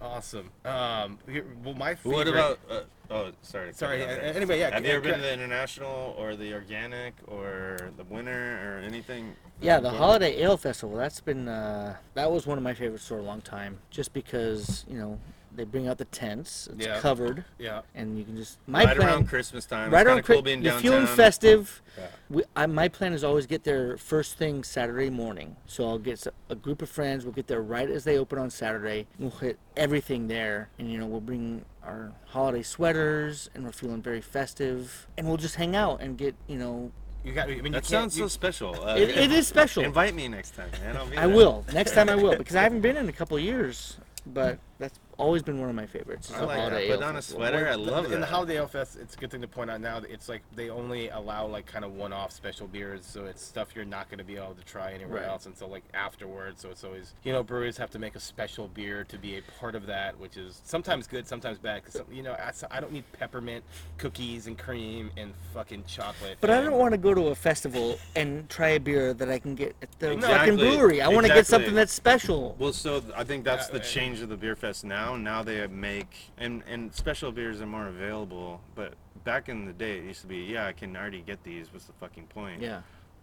Speaker 1: Awesome. Um, here- well, my favorite.
Speaker 2: what about uh, oh sorry to cut
Speaker 1: Sorry,
Speaker 2: you off
Speaker 1: a-
Speaker 2: there.
Speaker 1: anyway, yeah,
Speaker 2: have
Speaker 1: c-
Speaker 3: uh,
Speaker 2: you ever been
Speaker 1: c-
Speaker 2: to the international or the organic or the winter or anything
Speaker 3: Yeah, the
Speaker 2: Or-
Speaker 3: Holiday Ale Festival. That's been uh, that was one of my favorites for a long time, just because you know they bring out the tents. It's
Speaker 1: Yeah.
Speaker 3: covered,
Speaker 1: Yeah.
Speaker 3: and you can just my
Speaker 2: right
Speaker 3: plan.
Speaker 2: around christmas time
Speaker 3: right
Speaker 2: it's
Speaker 3: around
Speaker 2: kinda cool
Speaker 3: Chri-
Speaker 2: being
Speaker 3: you're
Speaker 2: downtown
Speaker 3: feeling festive.
Speaker 2: Yeah.
Speaker 3: We, I, my plan is always get there first thing Saturday morning. So I'll get s- a group of friends. We'll get there right as they open on Saturday. We'll hit everything there, and you know we'll bring our holiday sweaters, and we're feeling very festive, and we'll just hang out and get you know.
Speaker 1: You got. I mean, you
Speaker 2: that
Speaker 1: can't-
Speaker 2: sounds so
Speaker 1: you-
Speaker 2: special uh,
Speaker 3: It, it is special.
Speaker 2: invite me next time man I'll be
Speaker 3: I
Speaker 2: there.
Speaker 3: will next time. I <laughs> will because I haven't been in a couple of years, but that's always been one of my favorites. is
Speaker 2: I
Speaker 3: the
Speaker 2: like
Speaker 3: holiday
Speaker 2: that. Put
Speaker 3: ale
Speaker 2: on a
Speaker 3: festival.
Speaker 2: sweater. I
Speaker 1: the-
Speaker 2: love
Speaker 1: in
Speaker 2: that.
Speaker 1: the Holiday Ale Fest, it's a good thing to point out now that it's like they only allow like kind of one-off special beers, so it's stuff you're not going to be able to try anywhere
Speaker 3: Right.
Speaker 1: else until like afterwards. So it's always you know breweries have to make a special beer to be a part of that, which is sometimes good, sometimes bad. Cause some- you know I, I don't need peppermint cookies and cream and fucking chocolate.
Speaker 3: But I
Speaker 1: and-
Speaker 3: don't want to go to a festival and try a beer that I can get at the
Speaker 2: Exactly.
Speaker 3: fucking brewery. I want to get
Speaker 2: Exactly.
Speaker 3: something that's special.
Speaker 2: Well, so th- I think that's
Speaker 1: Yeah,
Speaker 2: the
Speaker 1: uh,
Speaker 2: change of the beer fest now. Now they make and and special beers are more available. But back in the day, it used to be, yeah, I can already get these. What's the fucking point?
Speaker 3: yeah.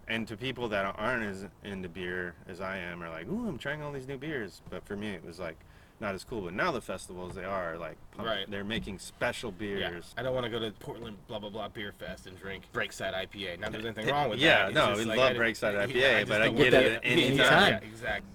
Speaker 2: And to people that aren't as into beer as I am, are like, ooh, I'm trying all these new beers. But for me, it was like not as cool. But now the festivals, they are like, pump-
Speaker 1: Right.
Speaker 2: They're making special
Speaker 1: Yeah,
Speaker 2: beers.
Speaker 1: I don't want to go to Portland, blah blah blah, beer fest and drink Breakside IPA. Not that there's anything wrong with that.
Speaker 2: Yeah,
Speaker 1: It's
Speaker 2: no,
Speaker 1: just
Speaker 2: we
Speaker 1: like,
Speaker 2: love
Speaker 1: I-
Speaker 2: Breakside
Speaker 1: yeah,
Speaker 2: IPA,
Speaker 1: just
Speaker 2: but I
Speaker 1: don't
Speaker 2: get
Speaker 1: want
Speaker 2: it
Speaker 1: that.
Speaker 2: at any
Speaker 1: Yeah,
Speaker 3: time.
Speaker 1: exactly.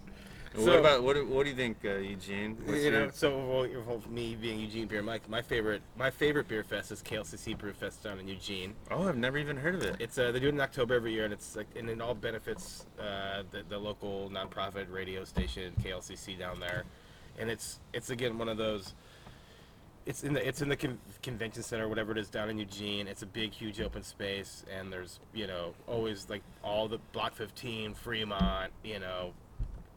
Speaker 2: what
Speaker 1: So-
Speaker 2: about what? do- What do you think, uh, Eugene? What's
Speaker 1: you
Speaker 2: your-
Speaker 1: know, so well, your whole- me being Eugene beer, my my favorite my favorite beer fest is KLCC Brew Fest down in Eugene.
Speaker 2: oh, I've never even heard of it.
Speaker 1: It's uh, they do it in October every year, and it's like and it all benefits uh, the, the local nonprofit radio station KLCC down there, and it's it's again one of those. It's in the it's in the con- convention center, whatever it is, down in Eugene. It's a big, huge open space, and there's you know always like all the Block 15, Fremont, you know,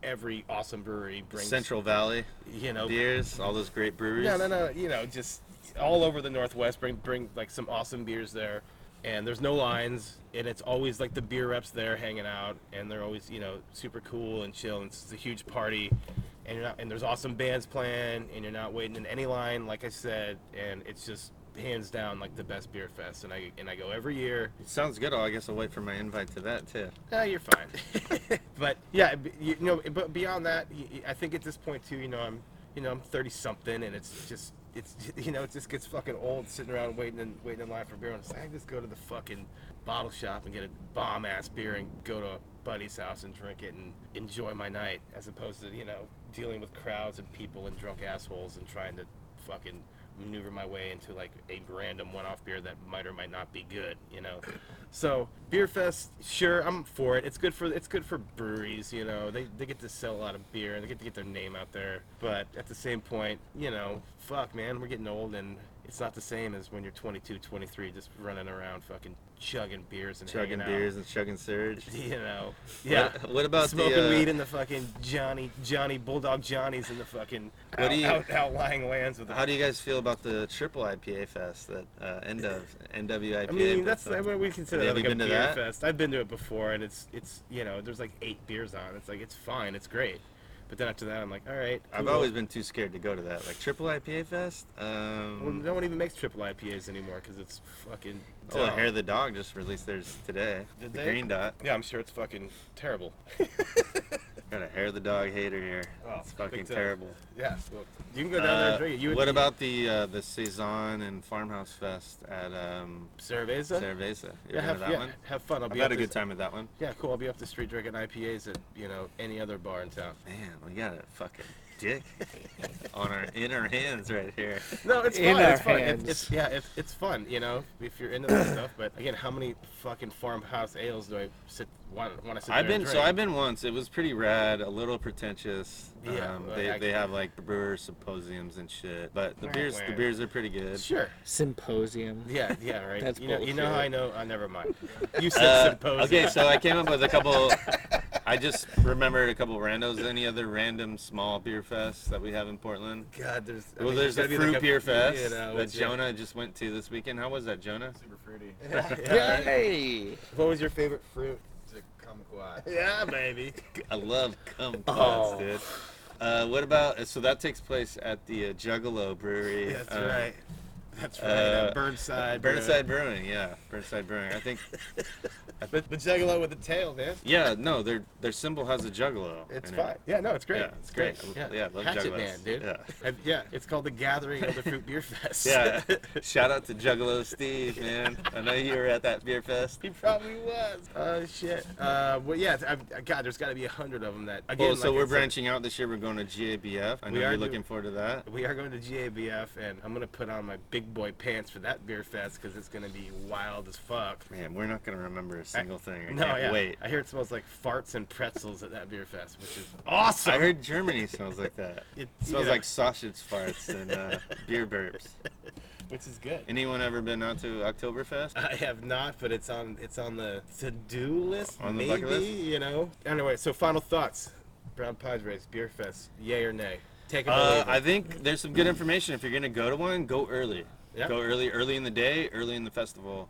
Speaker 1: every awesome brewery brings
Speaker 2: Central Valley
Speaker 1: you know
Speaker 2: beers, all those great breweries.
Speaker 1: no, no, no. You know, just all over the Northwest, bring bring like some awesome beers there. and there's no lines, and it's always like the beer reps there hanging out, and they're always you know super cool and chill, and it's just a huge party, and you're not, and there's awesome bands playing, and you're not waiting in any line, like I said, and it's just hands down like the best beer fest, and I and I go every year.
Speaker 2: Sounds good. I guess I'll wait for my invite to that too.
Speaker 1: Ah, you're fine. but yeah, b- you, you know, but beyond that, y- y- I think at this point too, you know, I'm, you know, I'm 30 something, and it's just, it's, <laughs> you know, it just gets fucking old sitting around waiting and waiting in line for beer. And it's like, I just go to the fucking bottle shop and get a bomb ass beer and go to a buddy's house and drink it and enjoy my night, as opposed to you know dealing with crowds and people and drunk assholes and trying to fucking maneuver my way into like a random one-off beer that might or might not be good, you know. So beer fest, sure, I'm for it. It's good for it's good for breweries, you know. They, they get to sell a lot of beer and they get to get their name out there. But at the same point, you know, fuck man, we're getting old and it's not the same as when you're 22, 23, just running around fucking chugging beers and
Speaker 2: Chugging
Speaker 1: hanging out.
Speaker 2: beers and chugging surge.
Speaker 1: <laughs> You know, yeah.
Speaker 2: what about the,
Speaker 1: smoking
Speaker 2: uh,
Speaker 1: weed in the fucking Johnny Johnny Bulldog Johnnies in the fucking
Speaker 2: What
Speaker 1: out,
Speaker 2: do you-
Speaker 1: out, outlying lands with the
Speaker 2: How do you guys feel about the triple IPA fest that uh, end of NWIPA?
Speaker 1: I mean, that's
Speaker 2: puts on?
Speaker 1: I mean, we consider
Speaker 2: uh, Have
Speaker 1: that
Speaker 2: you
Speaker 1: like a
Speaker 2: been to
Speaker 1: beer
Speaker 2: that?
Speaker 1: fest. I've been to it before, and it's it's you know there's like eight beers on. It's like it's fine, it's great. But then after that, I'm like, all right.
Speaker 2: I've
Speaker 1: cool.
Speaker 2: always been too scared to go to that. Like triple IPA fest.
Speaker 1: Well,
Speaker 2: Um,
Speaker 1: no one even makes triple IPAs anymore because it's fucking.
Speaker 2: oh,
Speaker 1: dumb.
Speaker 2: Hair of the Dog just released theirs today.
Speaker 1: Did
Speaker 2: the
Speaker 1: they?
Speaker 2: Green Dot.
Speaker 1: Yeah, I'm sure it's fucking terrible. <laughs>
Speaker 2: Got a Hair of the Dog hater here.
Speaker 1: Oh,
Speaker 2: it's fucking
Speaker 1: big time.
Speaker 2: terrible.
Speaker 1: yeah, well, you can go down there and
Speaker 2: Uh,
Speaker 1: drink it. You would
Speaker 2: what
Speaker 1: eat
Speaker 2: about the uh, the saison and farmhouse fest at um,
Speaker 1: Cerveza?
Speaker 2: Cerveza?
Speaker 1: Yeah,
Speaker 2: You're going
Speaker 1: have,
Speaker 2: to that
Speaker 1: yeah,
Speaker 2: one?
Speaker 1: have fun. I'll
Speaker 2: I've
Speaker 1: be
Speaker 2: had
Speaker 1: up
Speaker 2: a
Speaker 1: the-
Speaker 2: good time at that one.
Speaker 1: Yeah, cool. I'll be up the street drinking IPAs at you know any other bar in town.
Speaker 2: Man, we got a fucking dick <laughs> on our in our hands right here.
Speaker 1: No, it's
Speaker 3: In
Speaker 1: fun.
Speaker 3: our
Speaker 1: It's fun. It-
Speaker 3: hands.
Speaker 1: it's yeah, it's, it's fun. You know, if you're into that stuff. But again, how many fucking farmhouse ales do I sit want want to sit
Speaker 2: I've
Speaker 1: there
Speaker 2: been
Speaker 1: and
Speaker 2: so
Speaker 1: drink?
Speaker 2: I've been once. It was pretty rad, a little pretentious.
Speaker 1: Yeah,
Speaker 2: um,
Speaker 1: well,
Speaker 2: they,
Speaker 1: I-
Speaker 2: they have like brewer symposiums and shit, but the
Speaker 1: Wah,
Speaker 2: beers the
Speaker 1: wah.
Speaker 2: beers are pretty good.
Speaker 1: sure.
Speaker 3: Symposium.
Speaker 1: Yeah, yeah, right.
Speaker 3: That's
Speaker 1: you know, you know how I
Speaker 3: bullshit.
Speaker 1: know. Uh, never
Speaker 2: <laughs>
Speaker 1: mind. You said
Speaker 2: Uh,
Speaker 1: symposium. Oh
Speaker 2: okay, so I came up with
Speaker 1: <laughs>
Speaker 2: a couple. I just remembered a couple randos. Any other random small beer fests that we have in Portland?
Speaker 1: God, there's I
Speaker 2: Well,
Speaker 1: mean,
Speaker 2: there's a
Speaker 1: gotta be like
Speaker 2: fruit beer fest
Speaker 1: you know,
Speaker 2: that
Speaker 1: it's your-
Speaker 2: Jonah just went to this weekend. How was that, Jonah?
Speaker 5: Super fruity.
Speaker 2: <laughs>
Speaker 1: <laughs> Yeah.
Speaker 3: Yay!
Speaker 1: What was your favorite fruit?
Speaker 5: It's a kumquat.
Speaker 1: <laughs> Yeah, baby.
Speaker 2: <laughs> I love kumquats,
Speaker 1: Oh.
Speaker 2: dude. Uh, what about so that takes place at the uh, Juggalo Brewery?
Speaker 1: That's
Speaker 2: uh,
Speaker 1: right. That's right.
Speaker 2: uh,
Speaker 1: at Burnside. bro.
Speaker 2: Burnside Brewing, yeah, Burnside Brewing.
Speaker 1: <laughs>
Speaker 2: I think,
Speaker 1: The, the juggalo with the tail, man.
Speaker 2: yeah, no, their their symbol has a juggalo.
Speaker 1: It's
Speaker 2: in it.
Speaker 1: fine. Yeah, no, it's great.
Speaker 2: Yeah, it's great.
Speaker 1: Yeah,
Speaker 2: Yeah, I love
Speaker 1: Hatchet
Speaker 2: Juggalos.
Speaker 1: Man, dude.
Speaker 2: Yeah.
Speaker 1: And, yeah, it's called the Gathering of the Fruit Beer Fest. <laughs>
Speaker 2: Yeah, shout out to Juggalo Steve, man. I know you were at that beer fest.
Speaker 1: he probably was. Oh shit. Uh, well, yeah. it's- I've, God, there's got to be a hundred of them that. Again,
Speaker 2: Well, so
Speaker 1: like I
Speaker 2: we're
Speaker 1: said,
Speaker 2: branching out this year. We're going to GABF. I know
Speaker 1: We are
Speaker 2: you're
Speaker 1: doing-
Speaker 2: looking forward to that.
Speaker 1: We are going to GABF, and I'm gonna put on my big boy pants for that beer fest because it's gonna be wild as fuck.
Speaker 2: Man, we're not going to remember a single thing. I
Speaker 1: no,
Speaker 2: can't
Speaker 1: yeah.
Speaker 2: wait.
Speaker 1: I hear it smells like farts and pretzels at that beer fest, which is awesome.
Speaker 2: I heard Germany smells like that.
Speaker 1: It-
Speaker 2: It smells
Speaker 1: yeah.
Speaker 2: like sausage farts and uh, <laughs> beer burps.
Speaker 1: which is good.
Speaker 2: Anyone ever been out to Oktoberfest?
Speaker 1: <laughs> I have not, but it's on it's on the to do list.
Speaker 2: On the
Speaker 1: maybe,
Speaker 2: bucket list?
Speaker 1: you know. Anyway, so final thoughts: Brown Padres Beer Fest, yay or nay? Take it. or
Speaker 2: Uh,
Speaker 1: leave it.
Speaker 2: I think there's some good information. If you're gonna go to one, go early.
Speaker 1: Yeah.
Speaker 2: Go early, early in the day, early in the festival.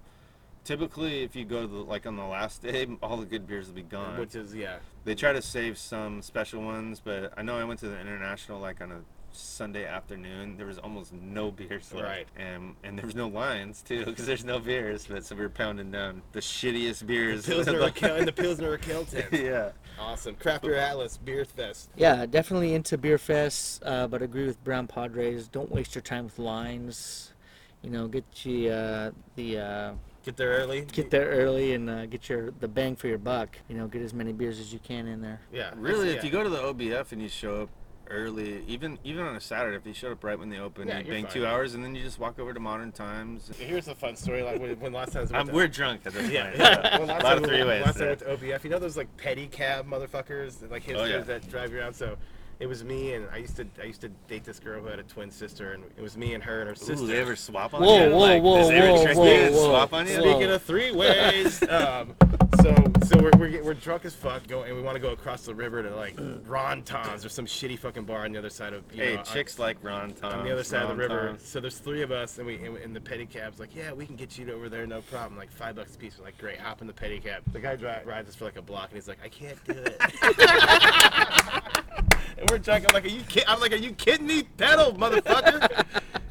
Speaker 2: Typically, if you go to the, like on the last day, <laughs> all the good beers will be gone.
Speaker 1: which is
Speaker 2: <laughs>
Speaker 1: yeah.
Speaker 2: they try to save some special ones, but I know I went to the international like on a Sunday afternoon. There was almost no beers left,
Speaker 1: Right.
Speaker 2: and and there was no lines too <laughs> because there's no beers. But so we were pounding down the shittiest beers.
Speaker 1: Pilsner Raquel and the Pilsner
Speaker 2: <laughs>
Speaker 1: Raquel tent.
Speaker 2: yeah.
Speaker 1: Awesome. Craft Beer Atlas Beer Fest.
Speaker 3: Yeah, definitely into beer fests, uh, but agree with Brown Padres. Don't waste your time with lines. You know, get the uh, the uh,
Speaker 1: Get there early.
Speaker 3: get there early and uh, get your the bang for your buck. You know, get as many beers as you can in there.
Speaker 1: Yeah.
Speaker 2: Really,
Speaker 1: yeah.
Speaker 2: if you go to the OBF and you show up early, even even on a Saturday, if you showed up right when they open,
Speaker 1: Yeah,
Speaker 2: you
Speaker 1: you're
Speaker 2: bang
Speaker 1: fine.
Speaker 2: two hours, and then you just walk over to Modern Times.
Speaker 1: Here's a fun story. Like when, when last time I
Speaker 2: I'm,
Speaker 1: was
Speaker 2: we're drunk at this
Speaker 1: Yeah,
Speaker 2: point.
Speaker 1: <laughs> yeah. Well, last
Speaker 2: Lot
Speaker 1: time
Speaker 2: of
Speaker 1: we-
Speaker 2: three ways
Speaker 1: Last time
Speaker 2: there.
Speaker 1: I went to OBF, you know those like pedicab motherfuckers, like hipsters
Speaker 2: Oh, yeah.
Speaker 1: that drive you around. So It was me and I used to I used to date this girl who had a twin sister, and it was me and her and her sister.
Speaker 2: Ooh, they ever swap on
Speaker 3: Whoa,
Speaker 2: you?
Speaker 3: whoa,
Speaker 2: Like,
Speaker 3: whoa,
Speaker 2: does they ever
Speaker 3: whoa,
Speaker 2: trick
Speaker 3: whoa,
Speaker 2: you and
Speaker 3: whoa.
Speaker 2: swap on you?
Speaker 3: Whoa.
Speaker 1: Speaking of three
Speaker 2: <laughs>
Speaker 1: ways, um, so so we're, we're, get- we're drunk as fuck, going and we want to go across the river to like Ron Tom's or some shitty fucking bar on the other side of you
Speaker 2: Hey,
Speaker 1: know, on-
Speaker 2: chicks like Ron Tom.
Speaker 3: Oh,
Speaker 1: on the other side of the river. So there's three of us, and we and, and the pedicab's like, yeah, we can get you to over there, no problem. Like five bucks a piece. We're like, great, hop in the pedicab. The guy dri- rides us for like a block, and he's like, I can't do it. <laughs> and we're drunk. I'm like, are you kid-? I'm like, are you kidding me? Pedal, motherfucker.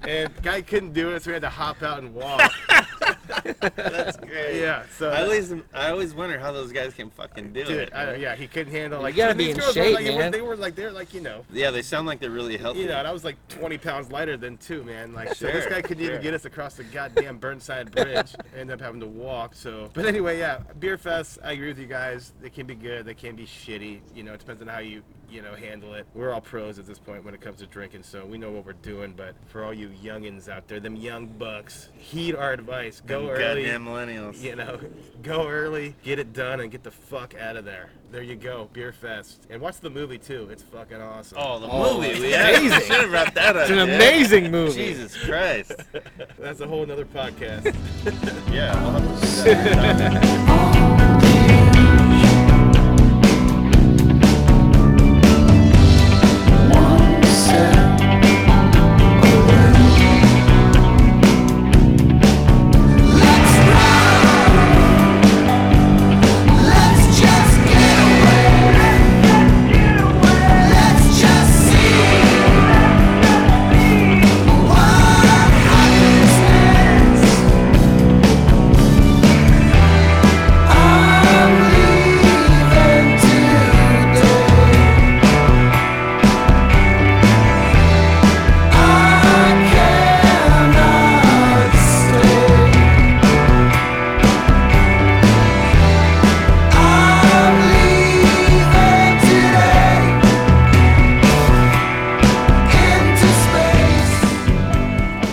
Speaker 1: and the guy couldn't do it, so we had to hop out and walk. <laughs>
Speaker 2: That's great.
Speaker 1: yeah. So.
Speaker 2: I always, I always wonder how those guys can fucking do
Speaker 1: Dude,
Speaker 2: it.
Speaker 1: I, yeah, he couldn't handle like.
Speaker 3: gotta
Speaker 1: and
Speaker 3: be
Speaker 1: these
Speaker 3: in
Speaker 1: girls were,
Speaker 3: shape,
Speaker 1: like, they were-
Speaker 3: man.
Speaker 1: They were like, they're like, you know,
Speaker 2: yeah, they sound like they're really healthy.
Speaker 1: You know, and I was like 20 pounds lighter than two, man. Like, so this
Speaker 2: Sure,
Speaker 1: guy couldn't
Speaker 2: sure.
Speaker 1: even get us across the goddamn Burnside Bridge. End up having to walk. So, but anyway, yeah, beer fest. I agree with you guys. They can be good. They can be shitty. You know, it depends on how you you know handle it. We're all pros at this point when it comes to drinking, so we know what we're doing. But for all you youngins out there, them young bucks, heed our advice. Go early.
Speaker 2: Goddamn millennials.
Speaker 1: You know, <laughs> go early, get it done, and get the fuck out of there. There you go, beer fest, and watch the movie too. It's fucking awesome.
Speaker 2: Oh, the
Speaker 3: Oh,
Speaker 2: movie.
Speaker 3: it's
Speaker 2: We should
Speaker 3: amazing.
Speaker 2: have wrapped that up.
Speaker 3: It's an
Speaker 2: dude.
Speaker 3: amazing movie.
Speaker 2: Jesus Christ.
Speaker 1: That's a whole nother podcast. <laughs>
Speaker 2: Yeah. I'll have to see that.
Speaker 4: Let's just get away. Let's just see what happens next. I'm leaving today. I cannot stay. I'm leaving today into space.
Speaker 1: All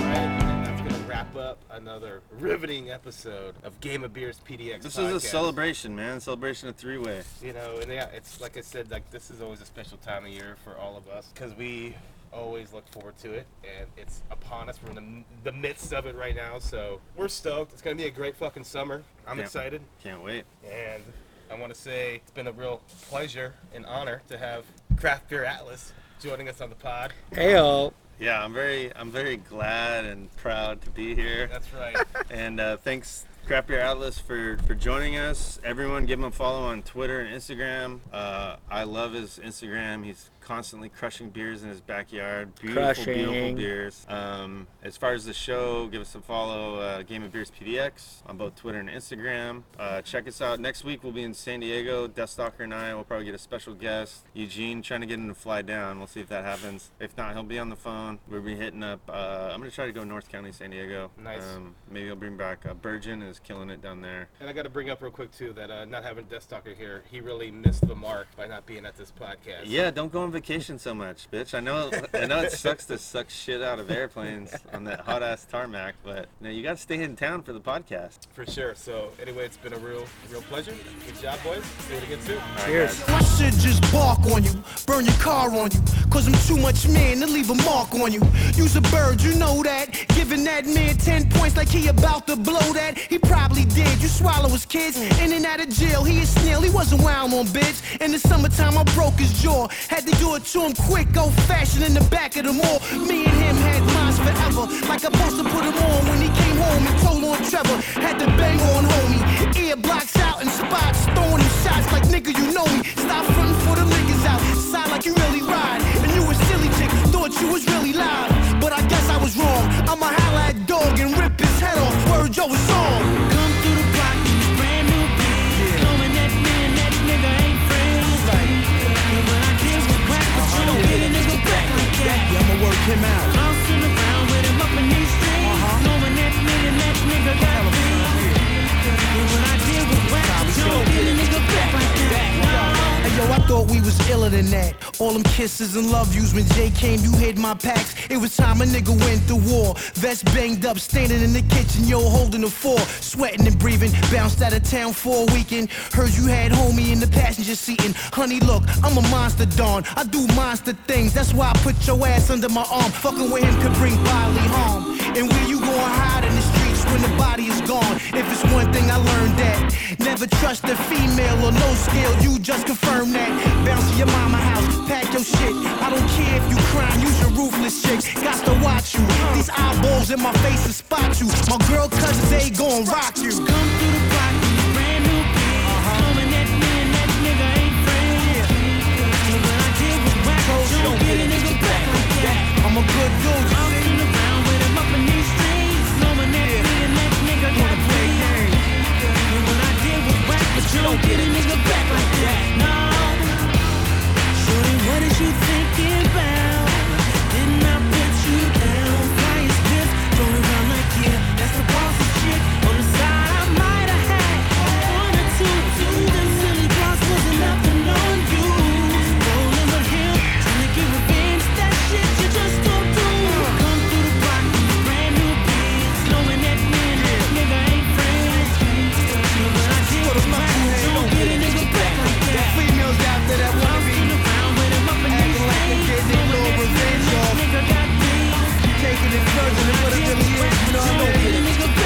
Speaker 1: right, and that's gonna wrap up another riveting episode of Game of Beers PDX.
Speaker 2: This
Speaker 1: podcast.
Speaker 2: is a celebration, man. Celebration of three way.
Speaker 1: You know, and yeah, it's like I said, like this is always a special time of year for all of us because we always look forward to it, and it's upon us. We're in the, the midst of it right now, so we're stoked. It's gonna be a great fucking summer. I'm
Speaker 2: Yeah.
Speaker 1: excited,
Speaker 2: Can't wait.
Speaker 1: and I want to say it's been a real pleasure and honor to have Craft Beer Atlas joining us on the pod.
Speaker 3: Heyo.
Speaker 2: Yeah, I'm very, I'm very glad and proud to be here.
Speaker 1: That's right.
Speaker 2: And uh, thanks, Craft Beer Atlas, for for joining us. Everyone, give him a follow on Twitter and Instagram. Uh, I love his Instagram. He's constantly crushing beers in his backyard. Beautiful, beautiful
Speaker 3: Crushing.
Speaker 2: beers. Um, as far as the show, give us a follow. Uh, Game of Beers PDX on both Twitter and Instagram. Uh, check us out. Next week we'll be in San Diego. Deathstalker and I will probably get a special guest. Eugene trying to get him to fly down. We'll see if that happens. If not, he'll be on the phone. We'll be hitting up. Uh, I'm gonna try to go North County, San Diego.
Speaker 1: Nice.
Speaker 2: Um, maybe I'll bring back uh, Burgeon is killing it down there.
Speaker 1: And I got to bring up real quick too that uh, not having Death Stalker here, he really missed the mark by not being at this podcast.
Speaker 2: Yeah, don't go on vacation so much, bitch. I know, I know it sucks to suck shit out of airplanes on that hot ass tarmac, but you know, you gotta stay in town for the podcast.
Speaker 1: for sure. So anyway, it's been a real, real pleasure. Good job, boys. Do it again soon.
Speaker 3: Cheers.
Speaker 5: I should just bark on you, burn your car on you, cause I'm too much man to leave a mark on you. You's a bird, you know that. Giving that man 10 points like he about to blow that. He probably did. You swallow his kids, in and out of jail. He a snail, he wasn't wild on bitch. In the summertime, I broke his jaw. Had to do it to him quick, old fashioned in the back of the mall. Me and him had minds forever, like I'm supposed to put him on when he came home and told on Trevor. Had to bang on homie, ear blocks out and spots, throwing him shots like nigga, you know me. Stop frontin' for the liquors out, sound like you really ride. And you a silly chick, thought you was really live. But I guess I was wrong. I'ma holla at dog and rip his head off. Word, yo, it's on.
Speaker 6: Come through the block in this brand new Benz. Knowing that me and that nigga ain't friends. And when I deals with crack, but you don't get a nigga back like that.
Speaker 5: I'ma work him out.
Speaker 6: Bouncing around with him up in these streets. Knowing that me and that nigga got beef. And when I deal with crack, but you don't get a nigga back like that.
Speaker 5: Hey yo, I Thought we was iller than that. All them kisses and love yous when Jay came, you hid my packs. It was time a nigga went to war. Vest banged up, standing in the kitchen, yo, holding the four. Sweating and breathing, bounced out of town for a weekend. Heard you had homie in the passenger seat. And honey, look, I'm a monster, Dawn. I do monster things, that's why I put your ass under my arm. Fucking with him could bring bodily harm. And where you gonna hide in the streets when the body is gone? If it's one thing I learned that, never trust a female on no scale, you just confirm that. Bounce to your mama house, pack your shit. I don't care if you crying, use your ruthless chicks. Got to watch you. These eyeballs in my face will spot you. My girl cousins, they gon' rock you.
Speaker 6: Come through the block with a brand new bitch. Knowing that me and that nigga ain't friends. So when I deal with rap, you don't get a nigga back like that.
Speaker 5: I'm a good dude.
Speaker 6: I'm sitting around with him up in these streets. Knowing that me and that nigga not friends. And when I deal with rap, you don't get a nigga back like that. No. Shorty, what is you thinking about? Didn't I put you down? Fly as this, going around like yeah, that's the bossy shit. On the side, I might have had one or two, two. Them silly girls wasn't nothing on you. Rolling my hill, trying to get revenge. That shit you just don't do. Come through the block with a brand new beat, knowing that me and that nigga ain't friends. So when I deal
Speaker 5: Put a
Speaker 6: with rap,
Speaker 5: fucking hand
Speaker 6: you
Speaker 5: on
Speaker 6: don't get a
Speaker 5: it.
Speaker 6: nigga back like
Speaker 5: The
Speaker 6: that.
Speaker 5: females out there that wanna be
Speaker 6: Bouncing around with him up in these
Speaker 5: Acting like they
Speaker 6: streets,
Speaker 5: did their
Speaker 6: knowing
Speaker 5: little
Speaker 6: that me and
Speaker 5: revenge
Speaker 6: that
Speaker 5: off.
Speaker 6: nigga got beef.
Speaker 5: taking it further than what it really is. You know what I mean? Playing yourself.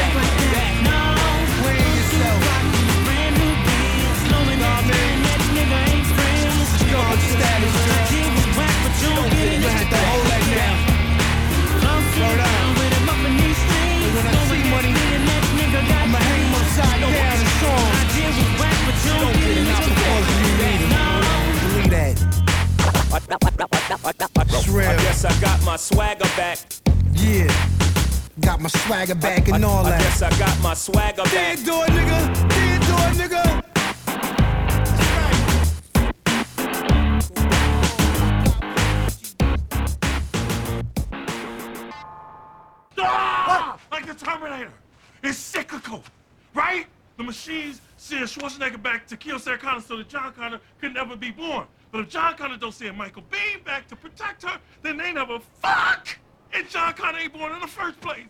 Speaker 5: Guard status, girl. You had to hold that down. I'ma hang my side down and strong. Don't get it out because you need it. Believe that. It's
Speaker 7: I
Speaker 5: real.
Speaker 7: guess I got my swagger back.
Speaker 5: Yeah. Got my swagger back and all
Speaker 7: I
Speaker 5: that.
Speaker 7: guess I got my swagger back.
Speaker 5: Dead door, nigga. Dead door, nigga.
Speaker 8: Ah! Like the Terminator. It's cyclical, right? The machines send Schwarzenegger back to kill Sarah Connor so that John Connor could never be born. But if John Connor don't send Michael Bean back to protect her, then they never fuck! And John Connor ain't born in the first place.